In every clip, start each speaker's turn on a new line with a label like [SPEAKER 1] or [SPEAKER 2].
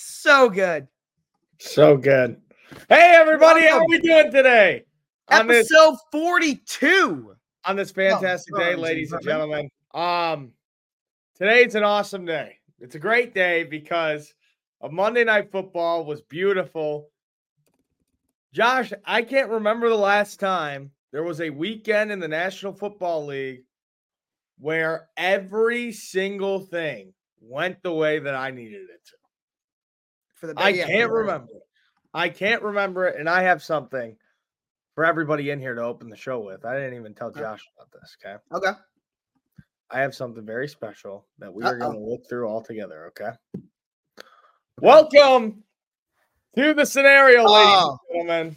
[SPEAKER 1] So good.
[SPEAKER 2] So good. Hey everybody, how are we doing today? On this
[SPEAKER 1] Episode 42.
[SPEAKER 2] on this fantastic
[SPEAKER 1] Oh,
[SPEAKER 2] day,
[SPEAKER 1] Burns
[SPEAKER 2] ladies and
[SPEAKER 1] and
[SPEAKER 2] gentlemen. Um today it's an awesome day. It's a great day because a Monday night football was beautiful. Josh, I can't remember the last time there was a weekend in the National Football League where every single thing went the way that I needed it to.
[SPEAKER 1] For the
[SPEAKER 2] I
[SPEAKER 1] yeah, for
[SPEAKER 2] can't
[SPEAKER 1] the-
[SPEAKER 2] remember. it. I can't remember it, and I have something for everybody in here to open the show with. I didn't even tell
[SPEAKER 1] Okay.
[SPEAKER 2] Josh about this. Okay,
[SPEAKER 1] Okay.
[SPEAKER 2] I have something very special that we are
[SPEAKER 1] Uh-oh.
[SPEAKER 2] going to look through all together. Okay. Welcome to the scenario, ladies
[SPEAKER 1] Oh.
[SPEAKER 2] and gentlemen.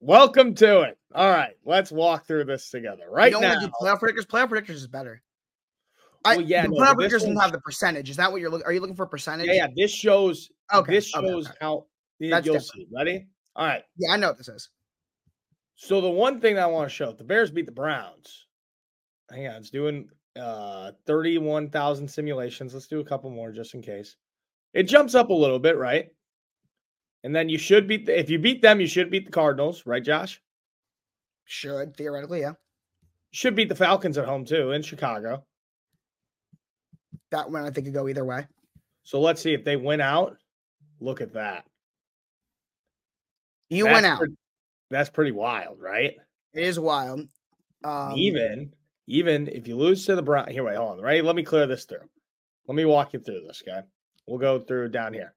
[SPEAKER 2] Welcome to it. All right, let's walk through this together
[SPEAKER 1] Right
[SPEAKER 2] right
[SPEAKER 1] you don't
[SPEAKER 2] now.
[SPEAKER 1] want to do playoff predictors. Playoff predictors is better. I,
[SPEAKER 2] Well, yeah,
[SPEAKER 1] the
[SPEAKER 2] no,
[SPEAKER 1] playoff
[SPEAKER 2] but this
[SPEAKER 1] predictors don't
[SPEAKER 2] one's-
[SPEAKER 1] have the percentage. Is that what you're looking? Are you looking for percentage?
[SPEAKER 2] Yeah, yeah, this shows.
[SPEAKER 1] Okay,
[SPEAKER 2] This
[SPEAKER 1] okay,
[SPEAKER 2] shows
[SPEAKER 1] okay.
[SPEAKER 2] how
[SPEAKER 1] That's
[SPEAKER 2] you'll
[SPEAKER 1] different.
[SPEAKER 2] see. Ready? All right.
[SPEAKER 1] Yeah, I know what this is.
[SPEAKER 2] So the one thing that I want to show, if the Bears beat the Browns. Hang on, it's doing uh 31,000 simulations. Let's do a couple more just in case. It jumps up a little bit, right? And then you should beat the, if you beat them, you should beat the Cardinals, right, Josh?
[SPEAKER 1] Should theoretically, yeah.
[SPEAKER 2] Should beat the Falcons at home too in Chicago.
[SPEAKER 1] That one I think could go either way.
[SPEAKER 2] So let's see if they win out. Look at that.
[SPEAKER 1] You
[SPEAKER 2] That's
[SPEAKER 1] went out.
[SPEAKER 2] pret- that's pretty wild, right?
[SPEAKER 1] It is wild. Um,
[SPEAKER 2] even even if you lose to the Brown, here wait, hold on. Ready? Let me clear this through. Let me walk you through this guy. We'll go through down here.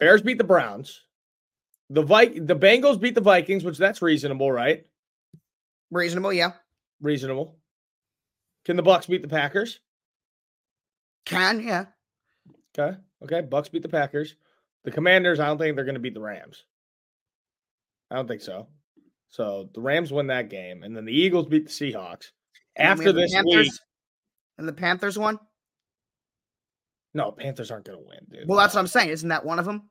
[SPEAKER 2] Bears beat the Browns. The Vi- the Bengals beat the Vikings, which that's reasonable, right?
[SPEAKER 1] reasonable, yeah.
[SPEAKER 2] Reasonable. Can the Bucks beat the Packers?
[SPEAKER 1] Can yeah.
[SPEAKER 2] Okay. Okay. Bucks beat the Packers. The Commanders, I don't think they're going to beat the Rams. I don't think so. So the Rams win that game, and then the Eagles beat the Seahawks.
[SPEAKER 1] And then we
[SPEAKER 2] After
[SPEAKER 1] have the
[SPEAKER 2] this
[SPEAKER 1] Panthers,
[SPEAKER 2] week,
[SPEAKER 1] and the Panthers one.
[SPEAKER 2] no, Panthers aren't going to win, dude.
[SPEAKER 1] Well, that's what I'm saying. Isn't that one of them?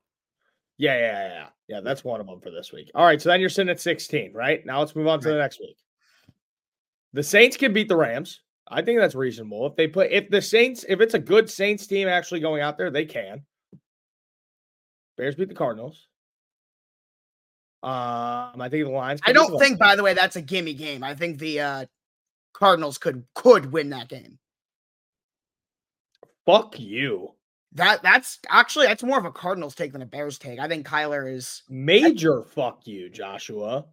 [SPEAKER 2] Yeah, yeah, yeah, yeah. Yeah, that's one of them for this week. All right, so then you're sitting at 16, right? Now let's move on to the next week. The Saints could beat the Rams. I think that's reasonable. If they play if the Saints, if it's a good Saints team actually going out there, they can. Bears beat the Cardinals. Um, I think the Lions.
[SPEAKER 1] I
[SPEAKER 2] could beat the
[SPEAKER 1] don't think, by the way, that's a gimme game. I think the uh, Cardinals could could win that game.
[SPEAKER 2] Lions. Fuck you.
[SPEAKER 1] That that's actually that's more of a Cardinals take than a Bears take. I think Kyler is
[SPEAKER 2] Major fuck you, Joshua.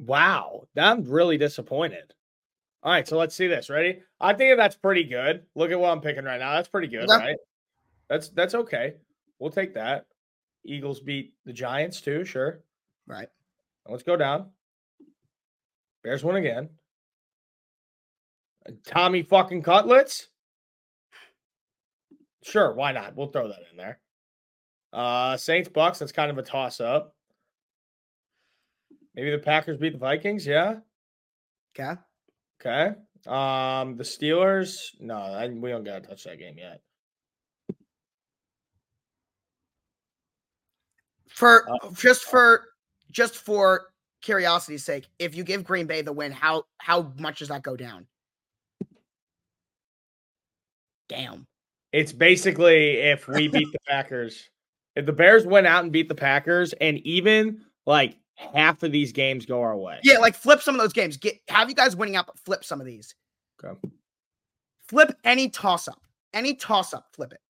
[SPEAKER 2] Wow, I'm really disappointed. All right, so let's see this. Ready? I think that's pretty good. Look at what I'm picking right now. That's pretty good,
[SPEAKER 1] Okay.
[SPEAKER 2] right? That's that's okay. We'll take that. Eagles beat the Giants too, sure.
[SPEAKER 1] right.
[SPEAKER 2] Let's go down. Bears win again. Tommy fucking cutlets. Sure, why not? We'll throw that in there. Uh Saints Bucks, that's kind of a toss up. Maybe the Packers beat the Vikings, yeah.
[SPEAKER 1] Okay.
[SPEAKER 2] Okay. Um the Steelers, no, I, we don't gotta touch that game yet.
[SPEAKER 1] For just for just for curiosity's sake, if you give Green Bay the win, how how much does that go down? Damn.
[SPEAKER 2] It's basically if we beat the Packers, if the Bears went out and beat the Packers, and even like half of these games go our way.
[SPEAKER 1] Yeah, like flip some of those games. Get have you guys winning out, but flip some of these.
[SPEAKER 2] Okay.
[SPEAKER 1] Flip any toss up. Any toss up, flip it.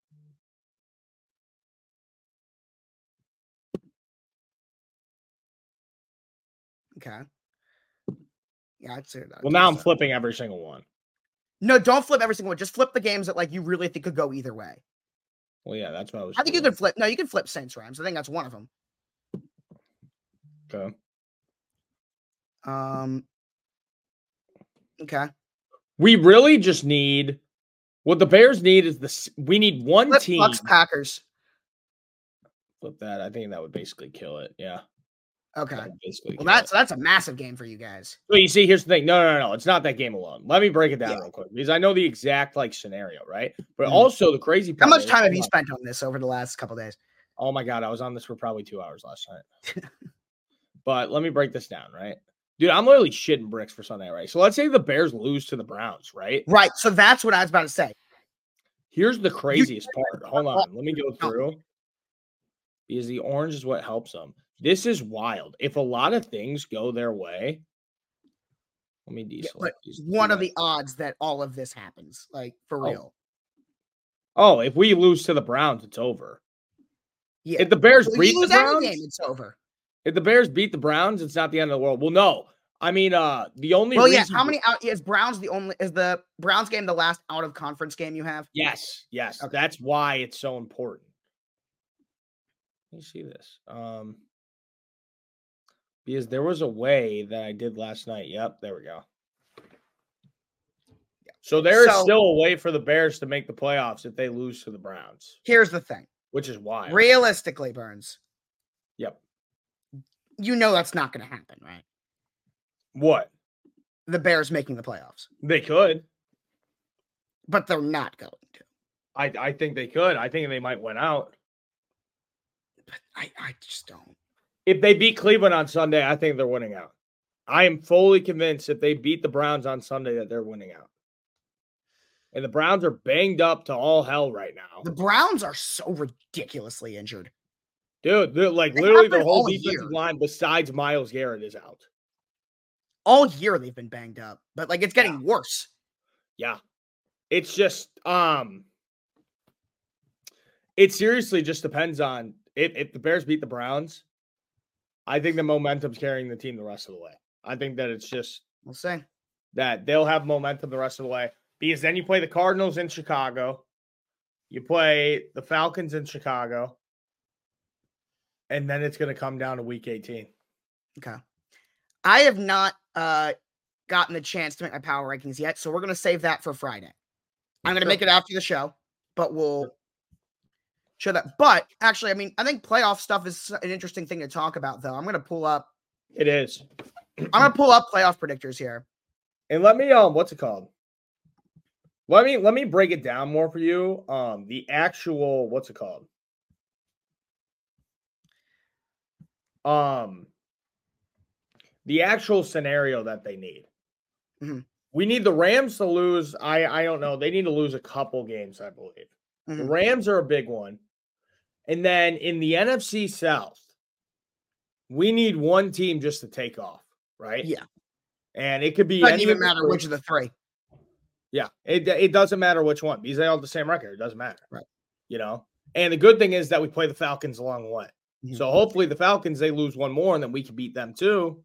[SPEAKER 1] Okay. Yeah, I'd say that.
[SPEAKER 2] Well, now I'm
[SPEAKER 1] toss-up.
[SPEAKER 2] flipping every single one.
[SPEAKER 1] No, don't flip every single one. Just flip the games that like you really think could go either way.
[SPEAKER 2] Well, yeah, that's what I was.
[SPEAKER 1] I think you
[SPEAKER 2] doing.
[SPEAKER 1] can flip. No, you can flip Saints Rams. I think that's one of them.
[SPEAKER 2] Okay.
[SPEAKER 1] Um. Okay.
[SPEAKER 2] We really just need what the Bears need is the s- we need one
[SPEAKER 1] Flip
[SPEAKER 2] team.
[SPEAKER 1] Bucks Packers.
[SPEAKER 2] Flip that. I think that would basically kill it. Yeah.
[SPEAKER 1] Okay.
[SPEAKER 2] that would basically
[SPEAKER 1] Well,
[SPEAKER 2] kill it.
[SPEAKER 1] that's that's a massive game for you guys.
[SPEAKER 2] Well, you see, here's the thing. No, no, no, no. It's not that game alone. Let me break it down
[SPEAKER 1] Yeah.
[SPEAKER 2] real quick because I know the exact like scenario, right? But
[SPEAKER 1] Mhm.
[SPEAKER 2] also the crazy.
[SPEAKER 1] How
[SPEAKER 2] part
[SPEAKER 1] much
[SPEAKER 2] is-
[SPEAKER 1] time have
[SPEAKER 2] hold
[SPEAKER 1] you
[SPEAKER 2] on.
[SPEAKER 1] spent on this over the last couple days?
[SPEAKER 2] Oh my god, I was on this for probably two hours last night. but let me break this down, right? Dude, I'm literally shitting bricks for Sunday, right? So let's say the Bears lose to the Browns, right?
[SPEAKER 1] Right. So that's what I was about to say.
[SPEAKER 2] Here's the craziest part. Hold on. Let me go through. Because the orange is what helps them. This is wild. If a lot of things go their way, let me deselect
[SPEAKER 1] but
[SPEAKER 2] these.
[SPEAKER 1] One
[SPEAKER 2] two
[SPEAKER 1] of the odds that all of this happens, like for
[SPEAKER 2] Oh.
[SPEAKER 1] real.
[SPEAKER 2] Oh, if we lose to the Browns, it's over.
[SPEAKER 1] Yeah.
[SPEAKER 2] If the Bears
[SPEAKER 1] If
[SPEAKER 2] beat
[SPEAKER 1] you
[SPEAKER 2] the
[SPEAKER 1] lose
[SPEAKER 2] Browns,
[SPEAKER 1] any game, it's over.
[SPEAKER 2] if the Bears beat the Browns, it's not the end of the world. Well, no. I mean, uh, the only
[SPEAKER 1] Well, yeah.
[SPEAKER 2] reason
[SPEAKER 1] How many out? Is Browns the only? Is the Browns game the last out of conference game you have?
[SPEAKER 2] Yes, yes.
[SPEAKER 1] Okay.
[SPEAKER 2] That's why it's so important. Let me see this. Um because there was a way that I did last night. Yep, there we go. So there is
[SPEAKER 1] So-
[SPEAKER 2] still a way for the Bears to make the playoffs if they lose to the Browns,
[SPEAKER 1] Here's the thing.
[SPEAKER 2] which is wild.
[SPEAKER 1] Realistically, Burns.
[SPEAKER 2] Yep.
[SPEAKER 1] You know that's not going to happen, right?
[SPEAKER 2] What?
[SPEAKER 1] The Bears making the playoffs,
[SPEAKER 2] They could.
[SPEAKER 1] but they're not going to.
[SPEAKER 2] I I think they could. I think they might win out.
[SPEAKER 1] I, I just don't.
[SPEAKER 2] If they beat Cleveland on Sunday, I think they're winning out. I am fully convinced if they beat the Browns on Sunday that they're winning out. And the Browns are banged up to all hell right now.
[SPEAKER 1] The Browns are so ridiculously injured.
[SPEAKER 2] Dude, they're like
[SPEAKER 1] They
[SPEAKER 2] literally
[SPEAKER 1] have
[SPEAKER 2] the
[SPEAKER 1] been
[SPEAKER 2] whole
[SPEAKER 1] all
[SPEAKER 2] defensive
[SPEAKER 1] year.
[SPEAKER 2] line besides Miles Garrett is out.
[SPEAKER 1] All year they've been banged up, but like it's getting worse.
[SPEAKER 2] Yeah. It's just um it seriously just depends on if, if the Bears beat the Browns, I think the momentum's carrying the team the rest of the way. I think that it's just
[SPEAKER 1] We'll see.
[SPEAKER 2] that they'll have momentum the rest of the way because then you play the Cardinals in Chicago, you play the Falcons in Chicago, and then it's going to come down to week 18.
[SPEAKER 1] I have not uh gotten the chance to make my power rankings yet, so we're gonna save that for Friday. I'm gonna
[SPEAKER 2] Sure.
[SPEAKER 1] make it after the show, but we'll show that. But actually, I mean, I think playoff stuff is an interesting thing to talk about, though. I'm gonna pull up.
[SPEAKER 2] It is.
[SPEAKER 1] I'm
[SPEAKER 2] Mm.
[SPEAKER 1] gonna pull up playoff predictors here.
[SPEAKER 2] And let me um what's it called? Let me let me break it down more for you. Um the actual what's it called? Um the actual scenario that they need.
[SPEAKER 1] Mhm.
[SPEAKER 2] We need the Rams to lose. I I don't know. They need to lose a couple games, I believe. The
[SPEAKER 1] Mhm.
[SPEAKER 2] Rams are a big one. And then in the NFC South, we need one team just to take off, right?
[SPEAKER 1] Yeah.
[SPEAKER 2] And it could be
[SPEAKER 1] Doesn't
[SPEAKER 2] any
[SPEAKER 1] even
[SPEAKER 2] of the
[SPEAKER 1] matter
[SPEAKER 2] three.
[SPEAKER 1] which of the three.
[SPEAKER 2] Yeah, it it doesn't matter which one because they all have the same record. It doesn't matter,
[SPEAKER 1] Right.
[SPEAKER 2] You know. And the good thing is that we play the Falcons along the way,
[SPEAKER 1] Mhm.
[SPEAKER 2] so hopefully the Falcons they lose one more and then we can beat them too,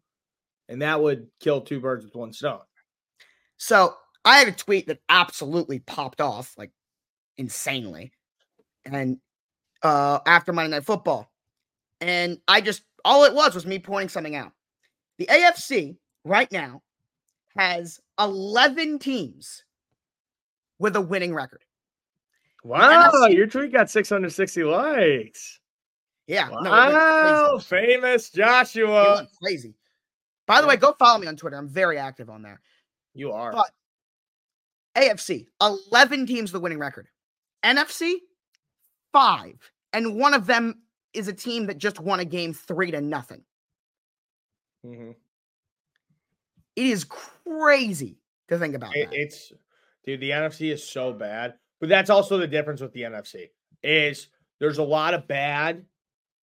[SPEAKER 2] and that would kill two birds with one stone.
[SPEAKER 1] So I had a tweet that absolutely popped off like insanely. And uh after Monday Night Football. And I just all it was was me pointing something out. The AFC right now has 11 teams with a winning record.
[SPEAKER 2] Wow,
[SPEAKER 1] NFC
[SPEAKER 2] your tweet got six hundred sixty likes.
[SPEAKER 1] Yeah. no, it went
[SPEAKER 3] Wow,
[SPEAKER 1] crazy.
[SPEAKER 3] famous
[SPEAKER 1] It
[SPEAKER 3] Joshua.
[SPEAKER 1] went crazy. By the way, go follow me on Twitter. I'm very active on there.
[SPEAKER 2] You are
[SPEAKER 1] Fuck. AFC, 11 teams with a winning record. NFC, five. And one of them is a team that just won a game three to nothing.
[SPEAKER 2] Mhm.
[SPEAKER 1] It is crazy to think about.
[SPEAKER 2] It-
[SPEAKER 1] that.
[SPEAKER 2] it's dude, the NFC is so bad, but that's also the difference with the NFC is there's a lot of bad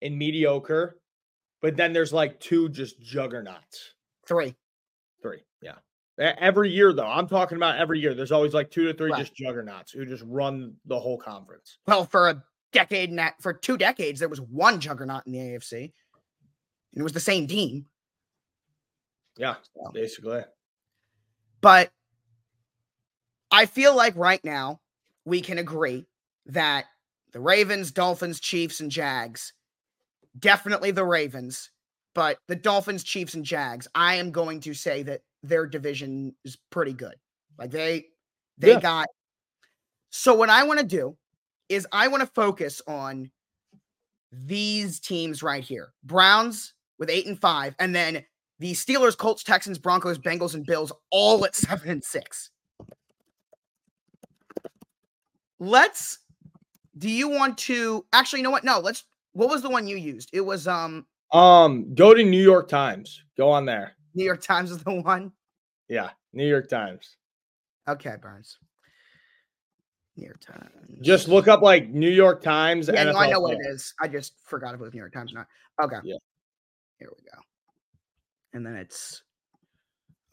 [SPEAKER 2] and mediocre, but then there's like two just juggernauts.
[SPEAKER 1] three.
[SPEAKER 2] Three. Yeah. E- Every year, though, I'm talking about every year. There's always like two to three
[SPEAKER 1] Right.
[SPEAKER 2] just juggernauts who just run the whole conference.
[SPEAKER 1] Well, for a decade and that, for two decades, there was one juggernaut in the AFC. And it was the same team.
[SPEAKER 2] Yeah,
[SPEAKER 1] Wow.
[SPEAKER 2] basically.
[SPEAKER 1] But I feel like right now we can agree that the Ravens, Dolphins, Chiefs, and Jags, definitely the Ravens, but the Dolphins, Chiefs, and Jags, I am going to say that their division is pretty good. Like they they
[SPEAKER 2] Yeah.
[SPEAKER 1] got so what I want to do is I want to focus on these teams right here. Browns with eight and five, and then the Steelers, Colts, Texans, Broncos, Bengals, and Bills all at seven and six. Let's. Do you want to actually? You know what? No. Let's. What was the one you used? It was um
[SPEAKER 2] Um, go to New York Times. Go on there.
[SPEAKER 1] New York Times is the one.
[SPEAKER 2] Yeah, New York Times.
[SPEAKER 1] Okay, Burns. New York Times.
[SPEAKER 2] Just look up like New York Times.
[SPEAKER 1] Yeah,
[SPEAKER 2] NFL
[SPEAKER 1] no, I know what it
[SPEAKER 2] player.
[SPEAKER 1] is. I just forgot if it was New York Times or not. Okay.
[SPEAKER 2] Yeah.
[SPEAKER 1] Here we go. And then it's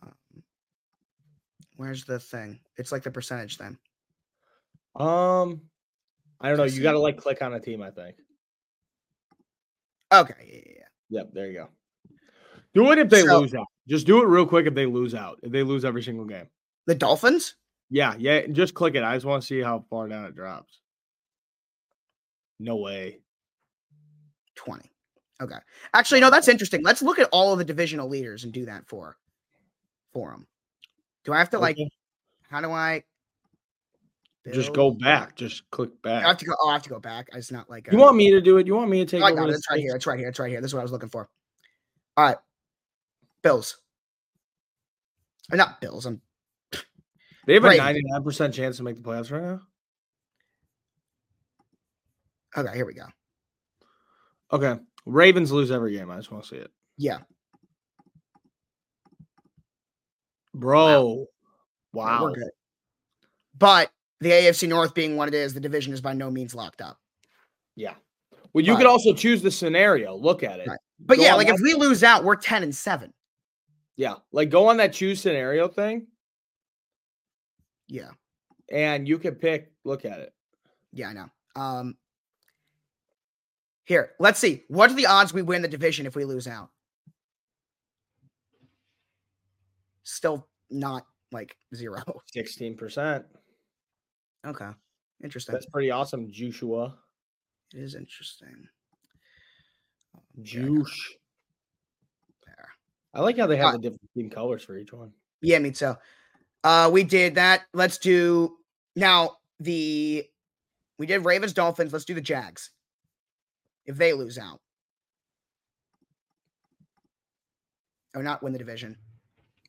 [SPEAKER 1] um, where's the thing? It's like the percentage thing.
[SPEAKER 2] Um, I don't know.
[SPEAKER 1] Let's
[SPEAKER 2] You
[SPEAKER 1] see.
[SPEAKER 2] got to like click on a team. I think.
[SPEAKER 1] Okay. Yeah, yeah, yeah.
[SPEAKER 2] Yep. There you go. Do it if they
[SPEAKER 1] So-
[SPEAKER 2] lose out. Just do it real quick if they lose out. If they lose every single game.
[SPEAKER 1] The Dolphins?
[SPEAKER 2] Yeah. Yeah. Just click it. I just want to see how far down it drops. No way.
[SPEAKER 1] 20. Okay. Actually, no, that's interesting. Let's look at all of the divisional leaders and do that for for them. Do I have to like
[SPEAKER 2] Okay.
[SPEAKER 1] how do I
[SPEAKER 2] just go
[SPEAKER 1] build-
[SPEAKER 2] back. Just click
[SPEAKER 1] I
[SPEAKER 2] back.
[SPEAKER 1] have to go. Oh, I have to go back. It's not like
[SPEAKER 2] you
[SPEAKER 1] a- Oh,
[SPEAKER 2] want me to do it? You want me to take
[SPEAKER 1] I
[SPEAKER 2] over?
[SPEAKER 1] got it.
[SPEAKER 2] this
[SPEAKER 1] It's right
[SPEAKER 2] thing?
[SPEAKER 1] here. It's right here. It's right here. This is what I was looking for. All right. Bills. Or not Bills. I'm
[SPEAKER 2] They have a
[SPEAKER 1] Right.
[SPEAKER 2] ninety-nine percent chance to make the playoffs right now.
[SPEAKER 1] okay. Here we go.
[SPEAKER 2] Okay. Ravens lose every game. I just want to see it.
[SPEAKER 1] Yeah.
[SPEAKER 2] Bro.
[SPEAKER 1] yeah,
[SPEAKER 2] Wow.
[SPEAKER 1] We're good. But the AFC North being what it is, the division is by no means locked up.
[SPEAKER 2] Yeah. Well, you
[SPEAKER 1] Right.
[SPEAKER 2] could also choose the scenario. Look at it.
[SPEAKER 1] Right. But
[SPEAKER 2] Go
[SPEAKER 1] yeah,
[SPEAKER 2] on
[SPEAKER 1] like
[SPEAKER 2] that-
[SPEAKER 1] if we lose out, we're 10 and 7.
[SPEAKER 2] yeah, like go on that choose scenario thing,
[SPEAKER 1] Yeah.
[SPEAKER 2] and you can pick. Look at it.
[SPEAKER 1] Yeah, I know. Um here, let's see. What are the odds we win the division if we lose out? Still not like zero.
[SPEAKER 2] Sixteen percent.
[SPEAKER 1] Okay. Interesting.
[SPEAKER 2] That's pretty awesome, Joshua.
[SPEAKER 1] It is interesting.
[SPEAKER 2] Juice.
[SPEAKER 1] There.
[SPEAKER 2] I like how they
[SPEAKER 1] Uh,
[SPEAKER 2] have the different team colors for each one.
[SPEAKER 1] Yeah, me too. Uh, we did that. Let's do now the we did Ravens Dolphins. Let's do the Jags. If they lose out, or not win the division.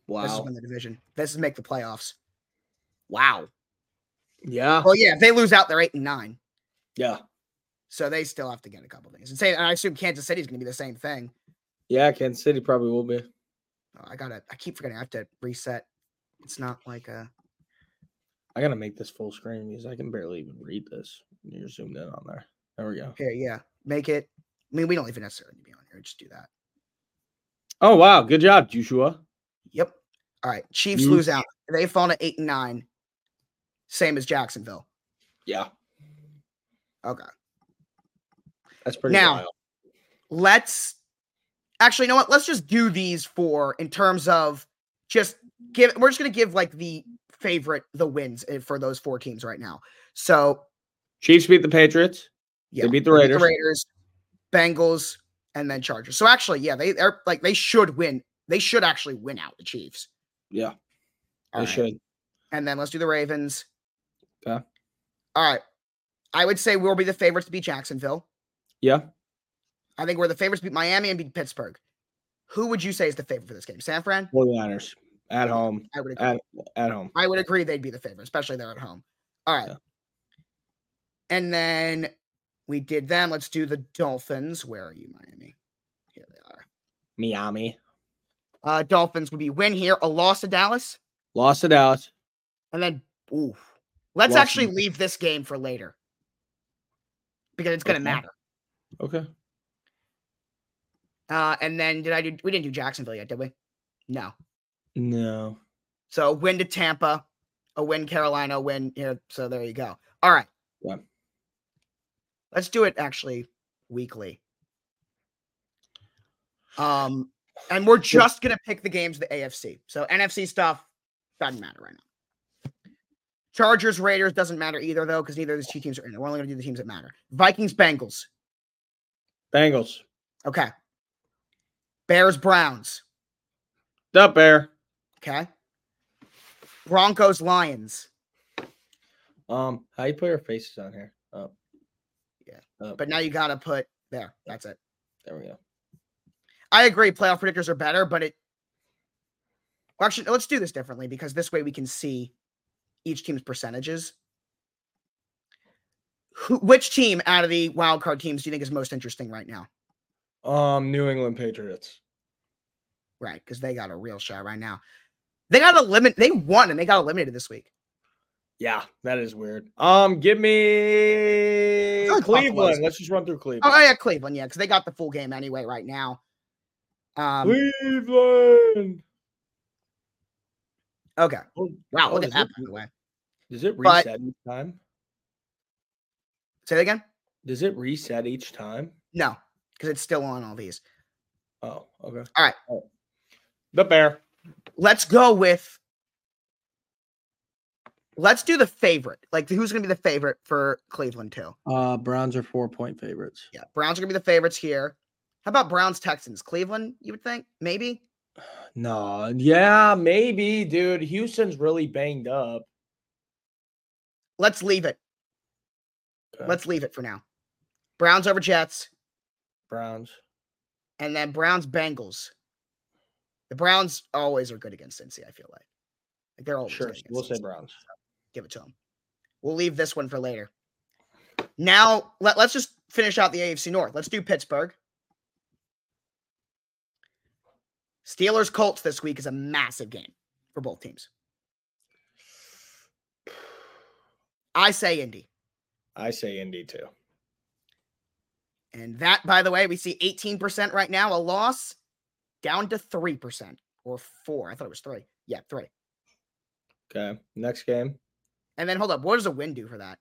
[SPEAKER 1] This is
[SPEAKER 2] Wow.
[SPEAKER 1] win the division. This is make the playoffs. Wow.
[SPEAKER 2] Yeah.
[SPEAKER 1] Well, yeah. If they lose out, they're eight and nine,
[SPEAKER 2] Yeah. so
[SPEAKER 1] so they still have to get a couple things. And say, and I assume Kansas City's going to be the same thing.
[SPEAKER 2] Yeah. Kansas City probably will be.
[SPEAKER 1] Oh, I gotta. I keep forgetting. I have to reset. It's not like uh, a.
[SPEAKER 2] I gotta make this full screen because I can barely even read this. You're zoomed in on there. There we go.
[SPEAKER 1] Here, yeah. Make it. I mean, we don't even necessarily need to be on here. Just do that.
[SPEAKER 2] Oh wow, good job, Joshua.
[SPEAKER 1] Yep. All right. Chiefs
[SPEAKER 2] You-
[SPEAKER 1] lose out. They fall to eight and nine. Same as Jacksonville.
[SPEAKER 2] Yeah.
[SPEAKER 1] Okay.
[SPEAKER 2] That's pretty
[SPEAKER 1] Now-
[SPEAKER 2] wild.
[SPEAKER 1] Let's actually, you know what? Let's just do these for in terms of just give. We're just gonna give like the favorite the wins eh, for those four teams right now. So
[SPEAKER 2] Chiefs beat the Patriots.
[SPEAKER 1] yeah,
[SPEAKER 2] They beat the
[SPEAKER 1] we
[SPEAKER 2] Raiders.
[SPEAKER 1] Raiders, Bengals, and then Chargers. So actually, yeah, they are like they should win. They should actually win out the Chiefs.
[SPEAKER 2] Yeah, they
[SPEAKER 1] All right.
[SPEAKER 2] should.
[SPEAKER 1] And then let's do the Ravens.
[SPEAKER 2] Okay.
[SPEAKER 1] All right. I would say we'll be the favorites to beat Jacksonville.
[SPEAKER 2] Yeah.
[SPEAKER 1] I think we're the favorites to beat Miami and beat Pittsburgh. Who would you say is the favorite for this game? San Fran?
[SPEAKER 2] 49ers at home.
[SPEAKER 1] I would agree.
[SPEAKER 2] At at home.
[SPEAKER 1] I would agree they'd be the favorite, especially they're at home. All right.
[SPEAKER 2] Yeah.
[SPEAKER 1] And then we did them. Let's do the Dolphins. Where are you, Miami? Here they are.
[SPEAKER 2] Miami.
[SPEAKER 1] Uh, Dolphins would be win here, a loss to Dallas,
[SPEAKER 2] Lost to Dallas.
[SPEAKER 1] and then ooh. Let's
[SPEAKER 2] Loss to
[SPEAKER 1] actually leave this game for later because it's going to
[SPEAKER 2] Okay.
[SPEAKER 1] matter.
[SPEAKER 2] Okay.
[SPEAKER 1] Uh, and then did I do? We didn't do Jacksonville yet, did we? No.
[SPEAKER 2] No.
[SPEAKER 1] So a win to Tampa, a win Carolina, a win here. So there you go. All right.
[SPEAKER 2] Yeah.
[SPEAKER 1] Let's do it actually weekly. Um, and we're just gonna pick the games of the AFC. So NFC stuff doesn't matter right now. Chargers Raiders doesn't matter either though because neither of these two teams are in there. We're only gonna do the teams that matter. Vikings Bengals.
[SPEAKER 2] Bengals.
[SPEAKER 1] Okay. Bears Browns.
[SPEAKER 2] Up bear.
[SPEAKER 1] Okay. Broncos, Lions.
[SPEAKER 2] Um, how you put your faces on here? Oh.
[SPEAKER 1] Yeah,
[SPEAKER 2] Up.
[SPEAKER 1] But now you got to put there. That's it.
[SPEAKER 2] there we go.
[SPEAKER 1] I agree. Playoff predictors are better, but it. Well, actually, let's do this differently because this way we can see each team's percentages. Who, which team out of the wild card teams do you think is most interesting right now?
[SPEAKER 2] Um, New England Patriots.
[SPEAKER 1] Right, because they got a real shot right now. They got eliminated. They won and they got eliminated this week.
[SPEAKER 2] Yeah, that is weird. Um, give me
[SPEAKER 1] Sure, Buffalo's-
[SPEAKER 2] Cleveland. Let's just run through Cleveland.
[SPEAKER 1] Oh yeah, Cleveland, yeah, because they got the full game anyway right now. Um,
[SPEAKER 2] Cleveland.
[SPEAKER 1] okay.
[SPEAKER 2] Oh,
[SPEAKER 1] Wow,
[SPEAKER 2] oh,
[SPEAKER 1] look
[SPEAKER 2] is
[SPEAKER 1] at that
[SPEAKER 2] it-
[SPEAKER 1] by the way.
[SPEAKER 2] Does it
[SPEAKER 1] But-
[SPEAKER 2] reset each time?
[SPEAKER 1] Say that again?
[SPEAKER 2] Does it reset each time?
[SPEAKER 1] No, because it's still on all these.
[SPEAKER 2] Oh, okay.
[SPEAKER 1] All right.
[SPEAKER 2] The bear.
[SPEAKER 1] Let's go with let's do the favorite. Like who's gonna be the favorite for Cleveland too?
[SPEAKER 4] Uh, Browns are four point favorites.
[SPEAKER 1] Yeah, Browns are gonna be the favorites here. How about Browns Texans? Cleveland, you would think? Maybe?
[SPEAKER 2] No, yeah, maybe, dude. Houston's really banged up.
[SPEAKER 1] Let's leave it.
[SPEAKER 2] Okay.
[SPEAKER 1] Let's leave it for now. Browns over Jets,
[SPEAKER 2] Browns.
[SPEAKER 1] and then Browns Bengals. The Browns always are good against Cincy, I feel like. Like
[SPEAKER 4] Oh,
[SPEAKER 1] they're always
[SPEAKER 2] Sure,
[SPEAKER 1] good against
[SPEAKER 2] we'll say
[SPEAKER 1] Cincy.
[SPEAKER 2] Browns.
[SPEAKER 1] give it to them. We'll leave this one for later. Now let, let's just finish out the AFC North. Let's do Pittsburgh. Steelers Colts this week is a massive game for both teams. I say Indy.
[SPEAKER 2] I say Indy too.
[SPEAKER 1] And that, by the way, we see 18% right now, a loss down to 3% or four. I thought it was three. Yeah, three.
[SPEAKER 2] Okay. Next game.
[SPEAKER 1] And then hold up. What does a win do for that?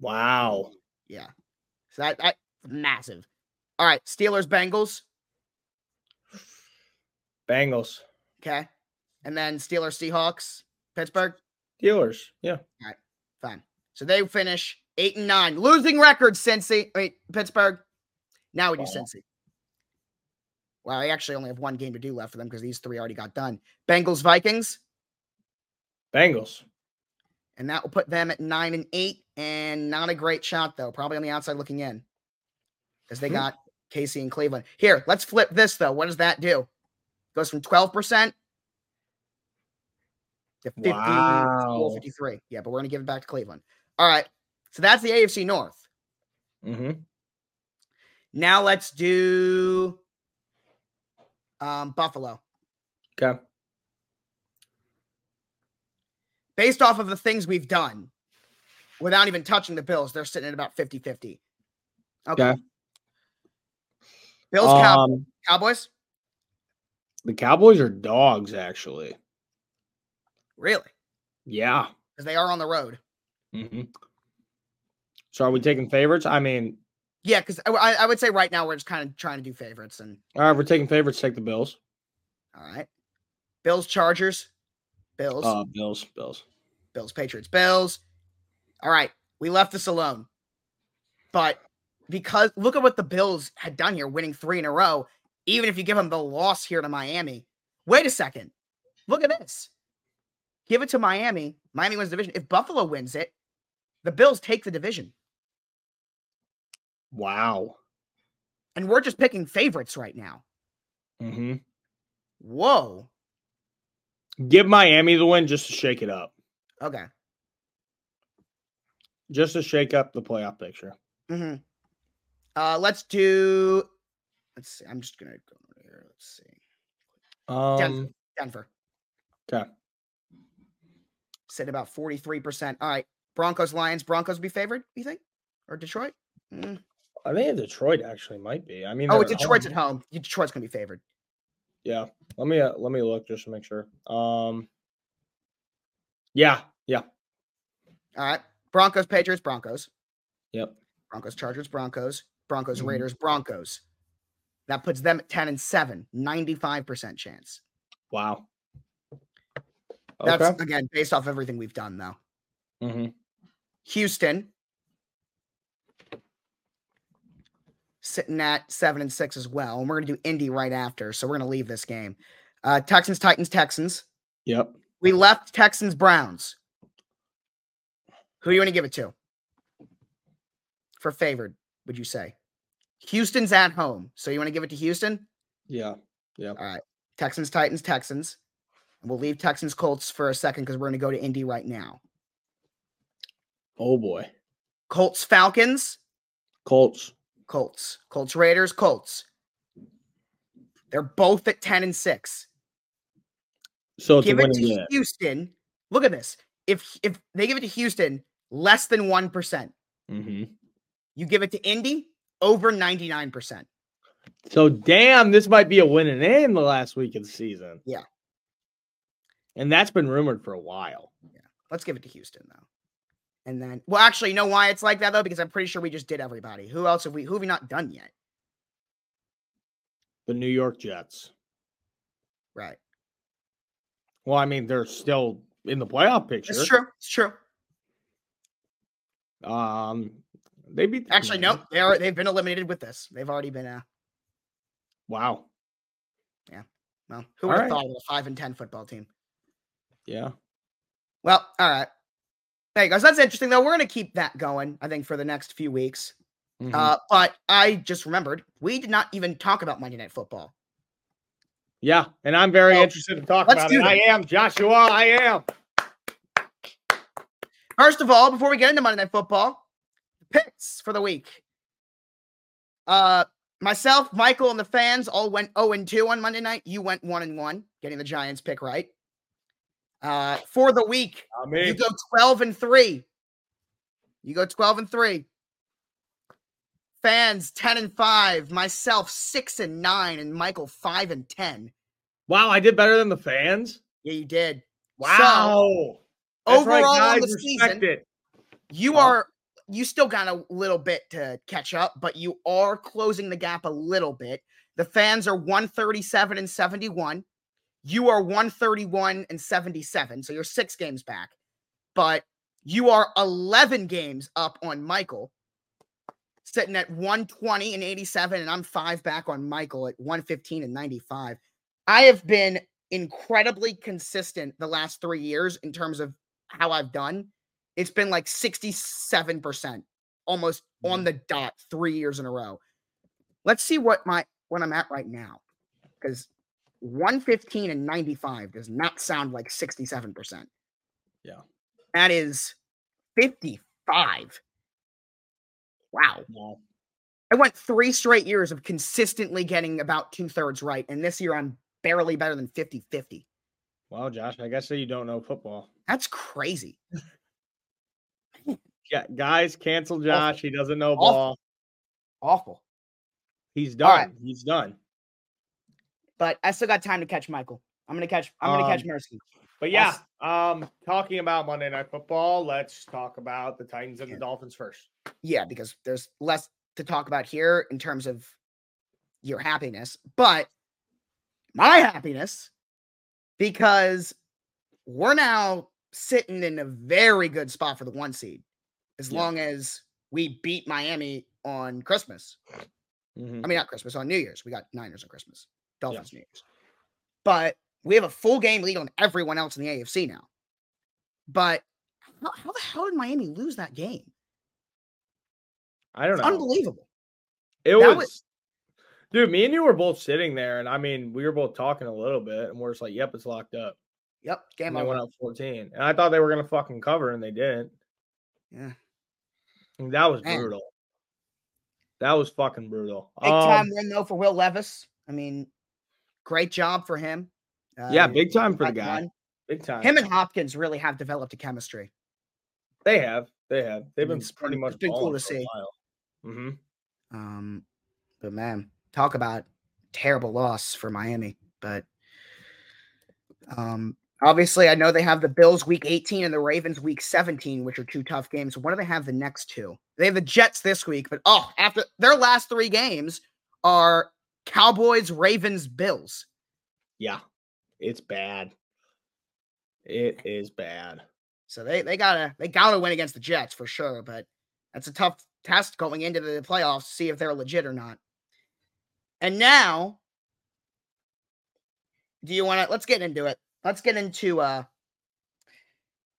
[SPEAKER 2] Wow.
[SPEAKER 1] Yeah. So that that's massive. All right, Steelers Bengals,
[SPEAKER 2] Bengals.
[SPEAKER 1] okay? And then Steelers Seahawks, Pittsburgh,
[SPEAKER 2] Steelers. Yeah.
[SPEAKER 1] fine. So they finish 8 and 9, losing record Cincy, I mean Pittsburgh. Now we do
[SPEAKER 2] Wow.
[SPEAKER 1] Cincy. Well, I actually only have one game to do left for them because these three already got done. Bengals Vikings,
[SPEAKER 2] Bengals.
[SPEAKER 1] and that will put them at 9 and 8 and not a great shot though, probably on the outside looking in. Cuz they
[SPEAKER 2] Hmm.
[SPEAKER 1] got Casey and Cleveland. Here, let's flip this though. What does that do? Goes from 12% to 50,
[SPEAKER 2] Wow.
[SPEAKER 1] 53. Yeah, but we're going to give it back to Cleveland. All right. So that's the AFC North.
[SPEAKER 2] hmm
[SPEAKER 1] Now let's do um, Buffalo.
[SPEAKER 2] Okay.
[SPEAKER 1] Based off of the things we've done, without even touching the Bills, they're sitting at about 50 50. Okay.
[SPEAKER 2] Okay.
[SPEAKER 1] Bills, Cow-
[SPEAKER 2] Um,
[SPEAKER 1] Cowboys?
[SPEAKER 2] the Cowboys are dogs, actually.
[SPEAKER 1] Really?
[SPEAKER 2] Yeah.
[SPEAKER 1] Because they are on the road.
[SPEAKER 2] hmm So are we taking favorites? I mean,
[SPEAKER 1] Yeah, because I, I I would say right now we're just kind of trying to do favorites. And
[SPEAKER 2] all right, if we're taking favorites. Take the Bills.
[SPEAKER 1] all right. Bills, Chargers, Bills.
[SPEAKER 2] Uh, Bills. Bills.
[SPEAKER 1] Bills, Patriots, Bills. All right, we left this alone. But because look at what the Bills had done here, winning three in a row. Even if you give them the loss here to Miami, wait a second. Look at this. Give it to Miami. Miami wins the division. If Buffalo wins it, the Bills take the division.
[SPEAKER 2] Wow.
[SPEAKER 1] And we're just picking favorites right now. Mm-hmm.
[SPEAKER 2] hmm
[SPEAKER 1] Whoa.
[SPEAKER 2] Give Miami the win just to shake it up,
[SPEAKER 1] Okay.
[SPEAKER 2] just to shake up the playoff picture.
[SPEAKER 1] hmm Uh, let's do. Let's see. I'm just gonna go over here. Let's see.
[SPEAKER 2] Um,
[SPEAKER 1] Denver.
[SPEAKER 2] 'Kay.
[SPEAKER 1] Said about 43%. All right. Broncos, Lions. Broncos be favored, you think? Or Detroit? Mm.
[SPEAKER 2] I think Detroit actually might be. I mean,
[SPEAKER 1] Oh,
[SPEAKER 2] they're
[SPEAKER 1] Detroit's at
[SPEAKER 2] home.
[SPEAKER 1] home. Yeah, Detroit's going to be favored.
[SPEAKER 2] Yeah. Let me uh, let me look just to make sure. Um. Yeah. Yeah.
[SPEAKER 1] All right. Broncos, Patriots, Broncos.
[SPEAKER 2] Yep.
[SPEAKER 1] Broncos, Chargers, Broncos. Broncos,
[SPEAKER 2] Mhm.
[SPEAKER 1] Raiders, Broncos. That puts them at 10 and 7, 95% chance.
[SPEAKER 2] Wow.
[SPEAKER 1] That's,
[SPEAKER 2] Okay.
[SPEAKER 1] again, based off everything we've done, though.
[SPEAKER 2] hmm
[SPEAKER 1] Houston sitting at seven and six as well. And we're gonna do Indy right after. So we're gonna leave this game. Uh Texans, Titans, Texans.
[SPEAKER 2] Yep.
[SPEAKER 1] We left Texans, Browns. Who do you want to give it to? For favored, would you say? Houston's at home. So you want to give it to Houston?
[SPEAKER 2] Yeah.
[SPEAKER 1] Texans, Titans, Texans. And we'll leave Texans Colts for a second because we're gonna go to Indy right now.
[SPEAKER 2] Oh boy.
[SPEAKER 1] Colts, Falcons.
[SPEAKER 2] Colts.
[SPEAKER 1] Colts, Colts, Raiders, Colts. They're both at 10 and 6.
[SPEAKER 2] So it's a
[SPEAKER 1] Give it
[SPEAKER 2] winning
[SPEAKER 1] to
[SPEAKER 2] game.
[SPEAKER 1] Houston. Look at this. if if they give it to Houston less than one percent,
[SPEAKER 2] Mm-hmm.
[SPEAKER 1] you give it to Indy over ninety nine percent.
[SPEAKER 2] So damn, this might be a winning in the last week of the season.
[SPEAKER 1] Yeah.
[SPEAKER 2] And that's been rumored for a while.
[SPEAKER 1] Let's give it to Houston though. And then, well, actually, you know why it's like that though? Because I'm pretty sure we just did everybody. Who else have we? Who have we not done yet?
[SPEAKER 2] The New York Jets.
[SPEAKER 1] Right.
[SPEAKER 2] Well, I mean, they're still in the playoff picture.
[SPEAKER 1] It's true. It's true.
[SPEAKER 2] Um, they beat the
[SPEAKER 1] Actually, no,
[SPEAKER 2] Commanders.
[SPEAKER 1] they are. They've been eliminated with this. They've already been. Uh,
[SPEAKER 2] Wow.
[SPEAKER 1] well, who
[SPEAKER 2] All
[SPEAKER 1] would have
[SPEAKER 2] right.
[SPEAKER 1] thought of a five and ten football team?
[SPEAKER 2] Yeah.
[SPEAKER 1] Well, all right. There you go. So that's interesting though. We're gonna keep that going. I think for the next few weeks.
[SPEAKER 2] Mhm.
[SPEAKER 1] Uh, but I just remembered we did not even talk about Monday Night Football.
[SPEAKER 2] yeah. And I'm very
[SPEAKER 1] well,
[SPEAKER 2] interested to talk
[SPEAKER 1] let's
[SPEAKER 2] about
[SPEAKER 1] do
[SPEAKER 2] it. I am Joshua. I am.
[SPEAKER 1] First of all, before we get into Monday Night Football, picks for the week. Uh, myself, Michael, and the fans all went 0 and 2 on Monday night. You went 1 and 1, getting the Giants pick right. Uh, for the week,
[SPEAKER 2] I
[SPEAKER 1] you
[SPEAKER 2] mean,
[SPEAKER 1] go 12 and 3. You go 12 and 3. Fans 10 and 5, myself 6 and 9, and Michael 5 and 10.
[SPEAKER 2] wow, I did better than the fans.
[SPEAKER 1] Yeah, you did. So,
[SPEAKER 2] Wow. That's right,
[SPEAKER 1] overall on
[SPEAKER 2] guys,
[SPEAKER 1] the
[SPEAKER 2] respect
[SPEAKER 1] season,
[SPEAKER 2] it.
[SPEAKER 1] you
[SPEAKER 2] Well-
[SPEAKER 1] are you still got a little bit to catch up, but you are closing the gap a little bit. The fans are 137 and 71. You are 131 and 77. So you're six games back. But you are 11 games up on Michael, sitting at 120 and 87. And I'm five back on Michael at 115 and 95. I have been incredibly consistent the last three years in terms of how I've done it's been like 67% almost on the dot three years in a row let's see what my what i'm at right now because 115 and 95 does not sound like 67%
[SPEAKER 2] Yeah.
[SPEAKER 1] that is 55 wow
[SPEAKER 2] Wow.
[SPEAKER 1] i went three straight years of consistently getting about two-thirds right and this year i'm barely better than 50-50
[SPEAKER 2] Wow, Josh, I guess that you don't know football.
[SPEAKER 1] that's crazy
[SPEAKER 2] Yeah, guys, cancel Josh. He doesn't know
[SPEAKER 1] Awful.
[SPEAKER 2] ball.
[SPEAKER 1] awful
[SPEAKER 2] He's
[SPEAKER 1] All right.
[SPEAKER 2] done. He's done.
[SPEAKER 1] but i still got time to catch michael i'm gonna catch i'm gonna catch mercy
[SPEAKER 2] But yeah,
[SPEAKER 1] Awesome.
[SPEAKER 2] um, talking about Monday Night Football, let's talk about the Titans and the
[SPEAKER 1] Yeah.
[SPEAKER 2] Dolphins first.
[SPEAKER 1] yeah, because there's less to talk about here in terms of your happiness, but my happiness because we're now sitting in a very good spot for the one seed as
[SPEAKER 2] Yeah.
[SPEAKER 1] long as we beat Miami on Christmas.
[SPEAKER 2] Mm-hmm.
[SPEAKER 1] I mean, not Christmas, on New Year's. We got Niners on Christmas, Dolphins, New Year's. But we have a full game lead on everyone else in the AFC now. But how, how the hell did Miami lose that game?
[SPEAKER 2] I don't
[SPEAKER 1] It's
[SPEAKER 2] know.
[SPEAKER 1] unbelievable.
[SPEAKER 2] it
[SPEAKER 1] that
[SPEAKER 2] was,
[SPEAKER 1] was-
[SPEAKER 2] dude. Me and you were both sitting there, and I mean, we were both talking a little bit, and we're just like, "Yep, it's locked up."
[SPEAKER 1] Yep,
[SPEAKER 2] And
[SPEAKER 1] game
[SPEAKER 2] they
[SPEAKER 1] over.
[SPEAKER 2] went up fourteen, and I thought they were gonna fucking cover, and they didn't.
[SPEAKER 1] Yeah.
[SPEAKER 2] And that was
[SPEAKER 1] Man.
[SPEAKER 2] brutal. That was fucking brutal.
[SPEAKER 1] Big
[SPEAKER 2] Um,
[SPEAKER 1] time win though for Will Levis. I mean, great job for him. Uh,
[SPEAKER 2] Um, yeah, big time for the
[SPEAKER 1] got
[SPEAKER 2] guy.
[SPEAKER 1] done.
[SPEAKER 2] Big time.
[SPEAKER 1] Him and Hopkins really have developed a chemistry.
[SPEAKER 2] they have. They have. They've been
[SPEAKER 1] Mm-hmm. It's
[SPEAKER 2] pretty
[SPEAKER 1] been-
[SPEAKER 2] much
[SPEAKER 1] it's been cool
[SPEAKER 2] balling
[SPEAKER 1] to
[SPEAKER 2] for a
[SPEAKER 1] see.
[SPEAKER 2] while. Mhm.
[SPEAKER 1] Um, but man, talk about terrible loss for Miami. But um, obviously, I know they have the Bills week 18 and the Ravens week 17, which are two tough games. What do they have the next two? They have the Jets this week, but oh, after their last three games are Cowboys, Ravens, Bills.
[SPEAKER 2] Yeah, it's bad. It is bad.
[SPEAKER 1] So they they gotta they gotta win against the Jets for sure, but that's a tough test going into the playoffs to see if they're legit or not. And now, do you want to? Let's get into it. Let's get into uh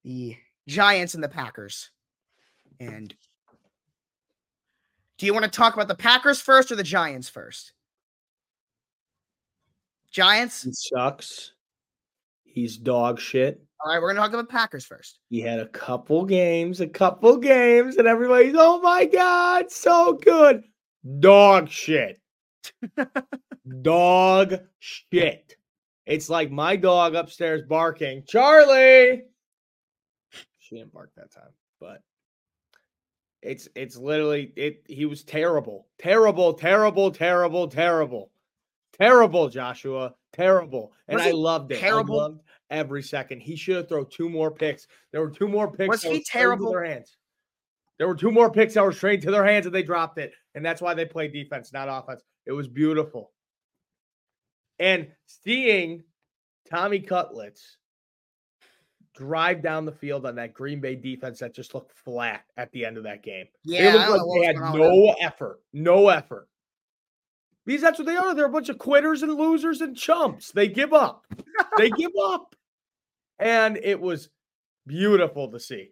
[SPEAKER 1] the Giants and the Packers. And do you want to talk about the Packers first or the Giants first? Giants.
[SPEAKER 2] He sucks. He's dog shit.
[SPEAKER 1] All right, we're gonna talk about Packers first.
[SPEAKER 2] He had a couple games, a couple games, and everybody's, oh my God, so good. Dog shit. dog shit. It's like my dog upstairs barking, Charlie. She didn't bark that time, but it's it's literally it. He was terrible, terrible, terrible, terrible, terrible, terrible. Joshua, terrible, and
[SPEAKER 1] Was
[SPEAKER 2] I
[SPEAKER 1] he
[SPEAKER 2] loved it.
[SPEAKER 1] terrible?
[SPEAKER 2] I loved every second. He should have thrown two more picks. There were two more picks.
[SPEAKER 1] Was
[SPEAKER 2] that
[SPEAKER 1] he
[SPEAKER 2] straight to
[SPEAKER 1] terrible?
[SPEAKER 2] Their hands. There were two more picks that were straight to their hands, and they dropped it. And that's why they play defense, not offense. It was beautiful. And seeing Tommy Cutlets drive down the field on that Green Bay defense that just looked flat at the end of that game.
[SPEAKER 1] Yeah, I
[SPEAKER 2] it
[SPEAKER 1] don't know
[SPEAKER 2] looked
[SPEAKER 1] what
[SPEAKER 2] like
[SPEAKER 1] was
[SPEAKER 2] they had
[SPEAKER 1] going on with him.
[SPEAKER 2] no effort, no effort. Because that's what they are. They're a bunch of quitters and losers and chumps. They give up. they give up. And it was beautiful to see.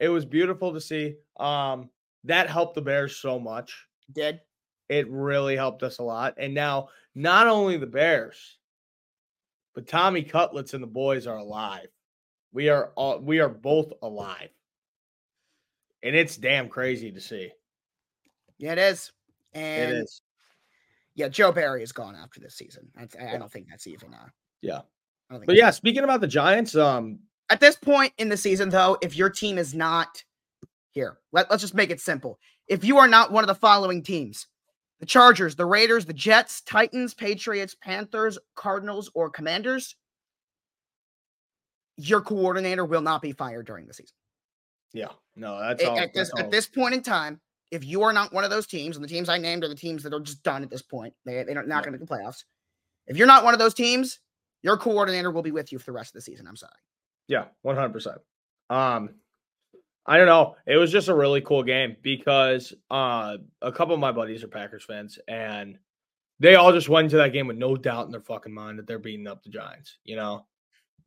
[SPEAKER 2] It was beautiful to see. Um, that helped the Bears so much
[SPEAKER 1] Did
[SPEAKER 2] it really helped us a lot. And now, not only the Bears, but Tommy Cutlets and the boys are alive. We are all, we are both alive, and it's damn crazy to see.
[SPEAKER 1] yeah, it is.
[SPEAKER 2] it
[SPEAKER 1] And
[SPEAKER 2] is.
[SPEAKER 1] yeah, Joe Barry is gone after this season. That's, I, I
[SPEAKER 2] Yeah.
[SPEAKER 1] don't think that's even. Uh, I
[SPEAKER 2] Yeah.
[SPEAKER 1] don't think
[SPEAKER 2] But yeah, speaking about the Giants, um,
[SPEAKER 1] at this point in the season, though, if your team is not here, let, let's just make it simple. If you are not one of the following teams the Chargers, the Raiders, the Jets, Titans, Patriots, Panthers, Cardinals, or Commanders, your coordinator will not be fired during the season.
[SPEAKER 2] yeah, no, that's
[SPEAKER 1] At-
[SPEAKER 2] all.
[SPEAKER 1] at, this,
[SPEAKER 2] that's all.
[SPEAKER 1] at this point in time, if you are not one of those teams, and the teams I named are the teams that are just done at this point, they, they're not
[SPEAKER 2] Yeah.
[SPEAKER 1] going to make the playoffs. If you're not one of those teams, your coordinator will be with you for the rest of the season. I'm sorry.
[SPEAKER 2] Yeah, one hundred percent. Um, I don't know. It was just a really cool game because uh, a couple of my buddies are Packers fans, and they all just went into that game with no doubt in their fucking mind that they're beating up the Giants. You know,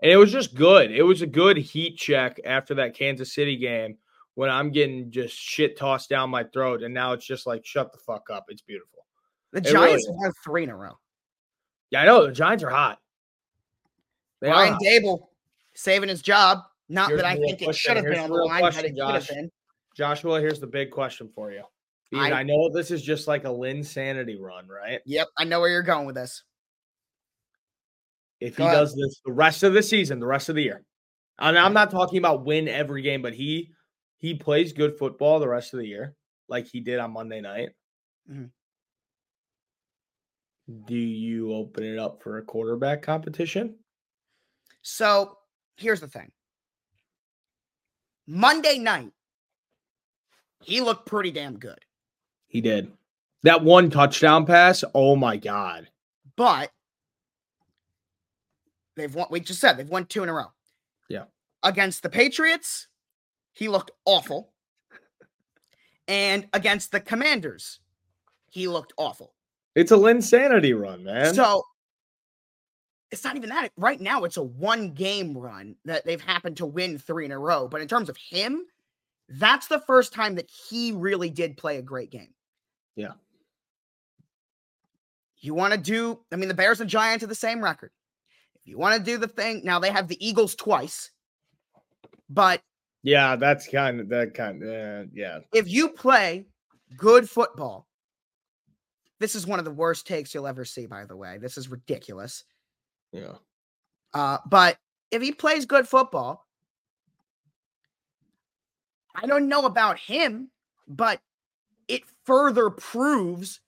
[SPEAKER 2] and it was just good. It was a good heat check after that Kansas City game when I'm getting just shit tossed down my throat, and now it's just like shut the fuck up. It's beautiful.
[SPEAKER 1] The
[SPEAKER 2] It really
[SPEAKER 1] Giants
[SPEAKER 2] is.
[SPEAKER 1] have won three in a row.
[SPEAKER 2] Yeah, I know the Giants are hot. They are
[SPEAKER 1] Brian
[SPEAKER 2] hot.
[SPEAKER 1] Dable saving his job. Not
[SPEAKER 2] Here's
[SPEAKER 1] that I
[SPEAKER 2] the real
[SPEAKER 1] think it
[SPEAKER 2] question,
[SPEAKER 1] should have been
[SPEAKER 2] here's
[SPEAKER 1] on
[SPEAKER 2] the
[SPEAKER 1] the
[SPEAKER 2] real
[SPEAKER 1] line, but it
[SPEAKER 2] question,
[SPEAKER 1] could have
[SPEAKER 2] Josh.
[SPEAKER 1] been.
[SPEAKER 2] Joshua, here's the big question for you. Because
[SPEAKER 1] I-
[SPEAKER 2] I, know this is just like a Lynn sanity run, right?
[SPEAKER 1] Yep, I know where you're going with this.
[SPEAKER 2] If
[SPEAKER 1] Go
[SPEAKER 2] he
[SPEAKER 1] ahead.
[SPEAKER 2] does this the rest of the season, the rest of the year, and I'm not talking about win every game, but he he plays good football the rest of the year, like he did on Monday night.
[SPEAKER 1] Mhm.
[SPEAKER 2] Do you open it up for a quarterback competition?
[SPEAKER 1] So here's the thing. Monday night, he looked pretty damn good,
[SPEAKER 2] He did that one touchdown pass. Oh my god!
[SPEAKER 1] but they've won. We just said they've won two in a row.
[SPEAKER 2] Yeah.
[SPEAKER 1] Against the Patriots, he looked awful, and against the Commanders, he looked awful.
[SPEAKER 2] It's a Lynn sanity run, man.
[SPEAKER 1] So it's not even that. Right now, it's a one game run that they've happened to win three in a row. But in terms of him, that's the first time that he really did play a great game.
[SPEAKER 2] Yeah.
[SPEAKER 1] You want to do, I mean, the Bears and Giants are the same record. If you want to do the thing, now they have the Eagles twice. But
[SPEAKER 2] yeah, that's kind of that kind. Uh, yeah,
[SPEAKER 1] if you play good football, this is one of the worst takes you'll ever see, by the way. This is ridiculous.
[SPEAKER 2] yeah.
[SPEAKER 1] Uh, but if he plays good football, I don't know about him, but it further proves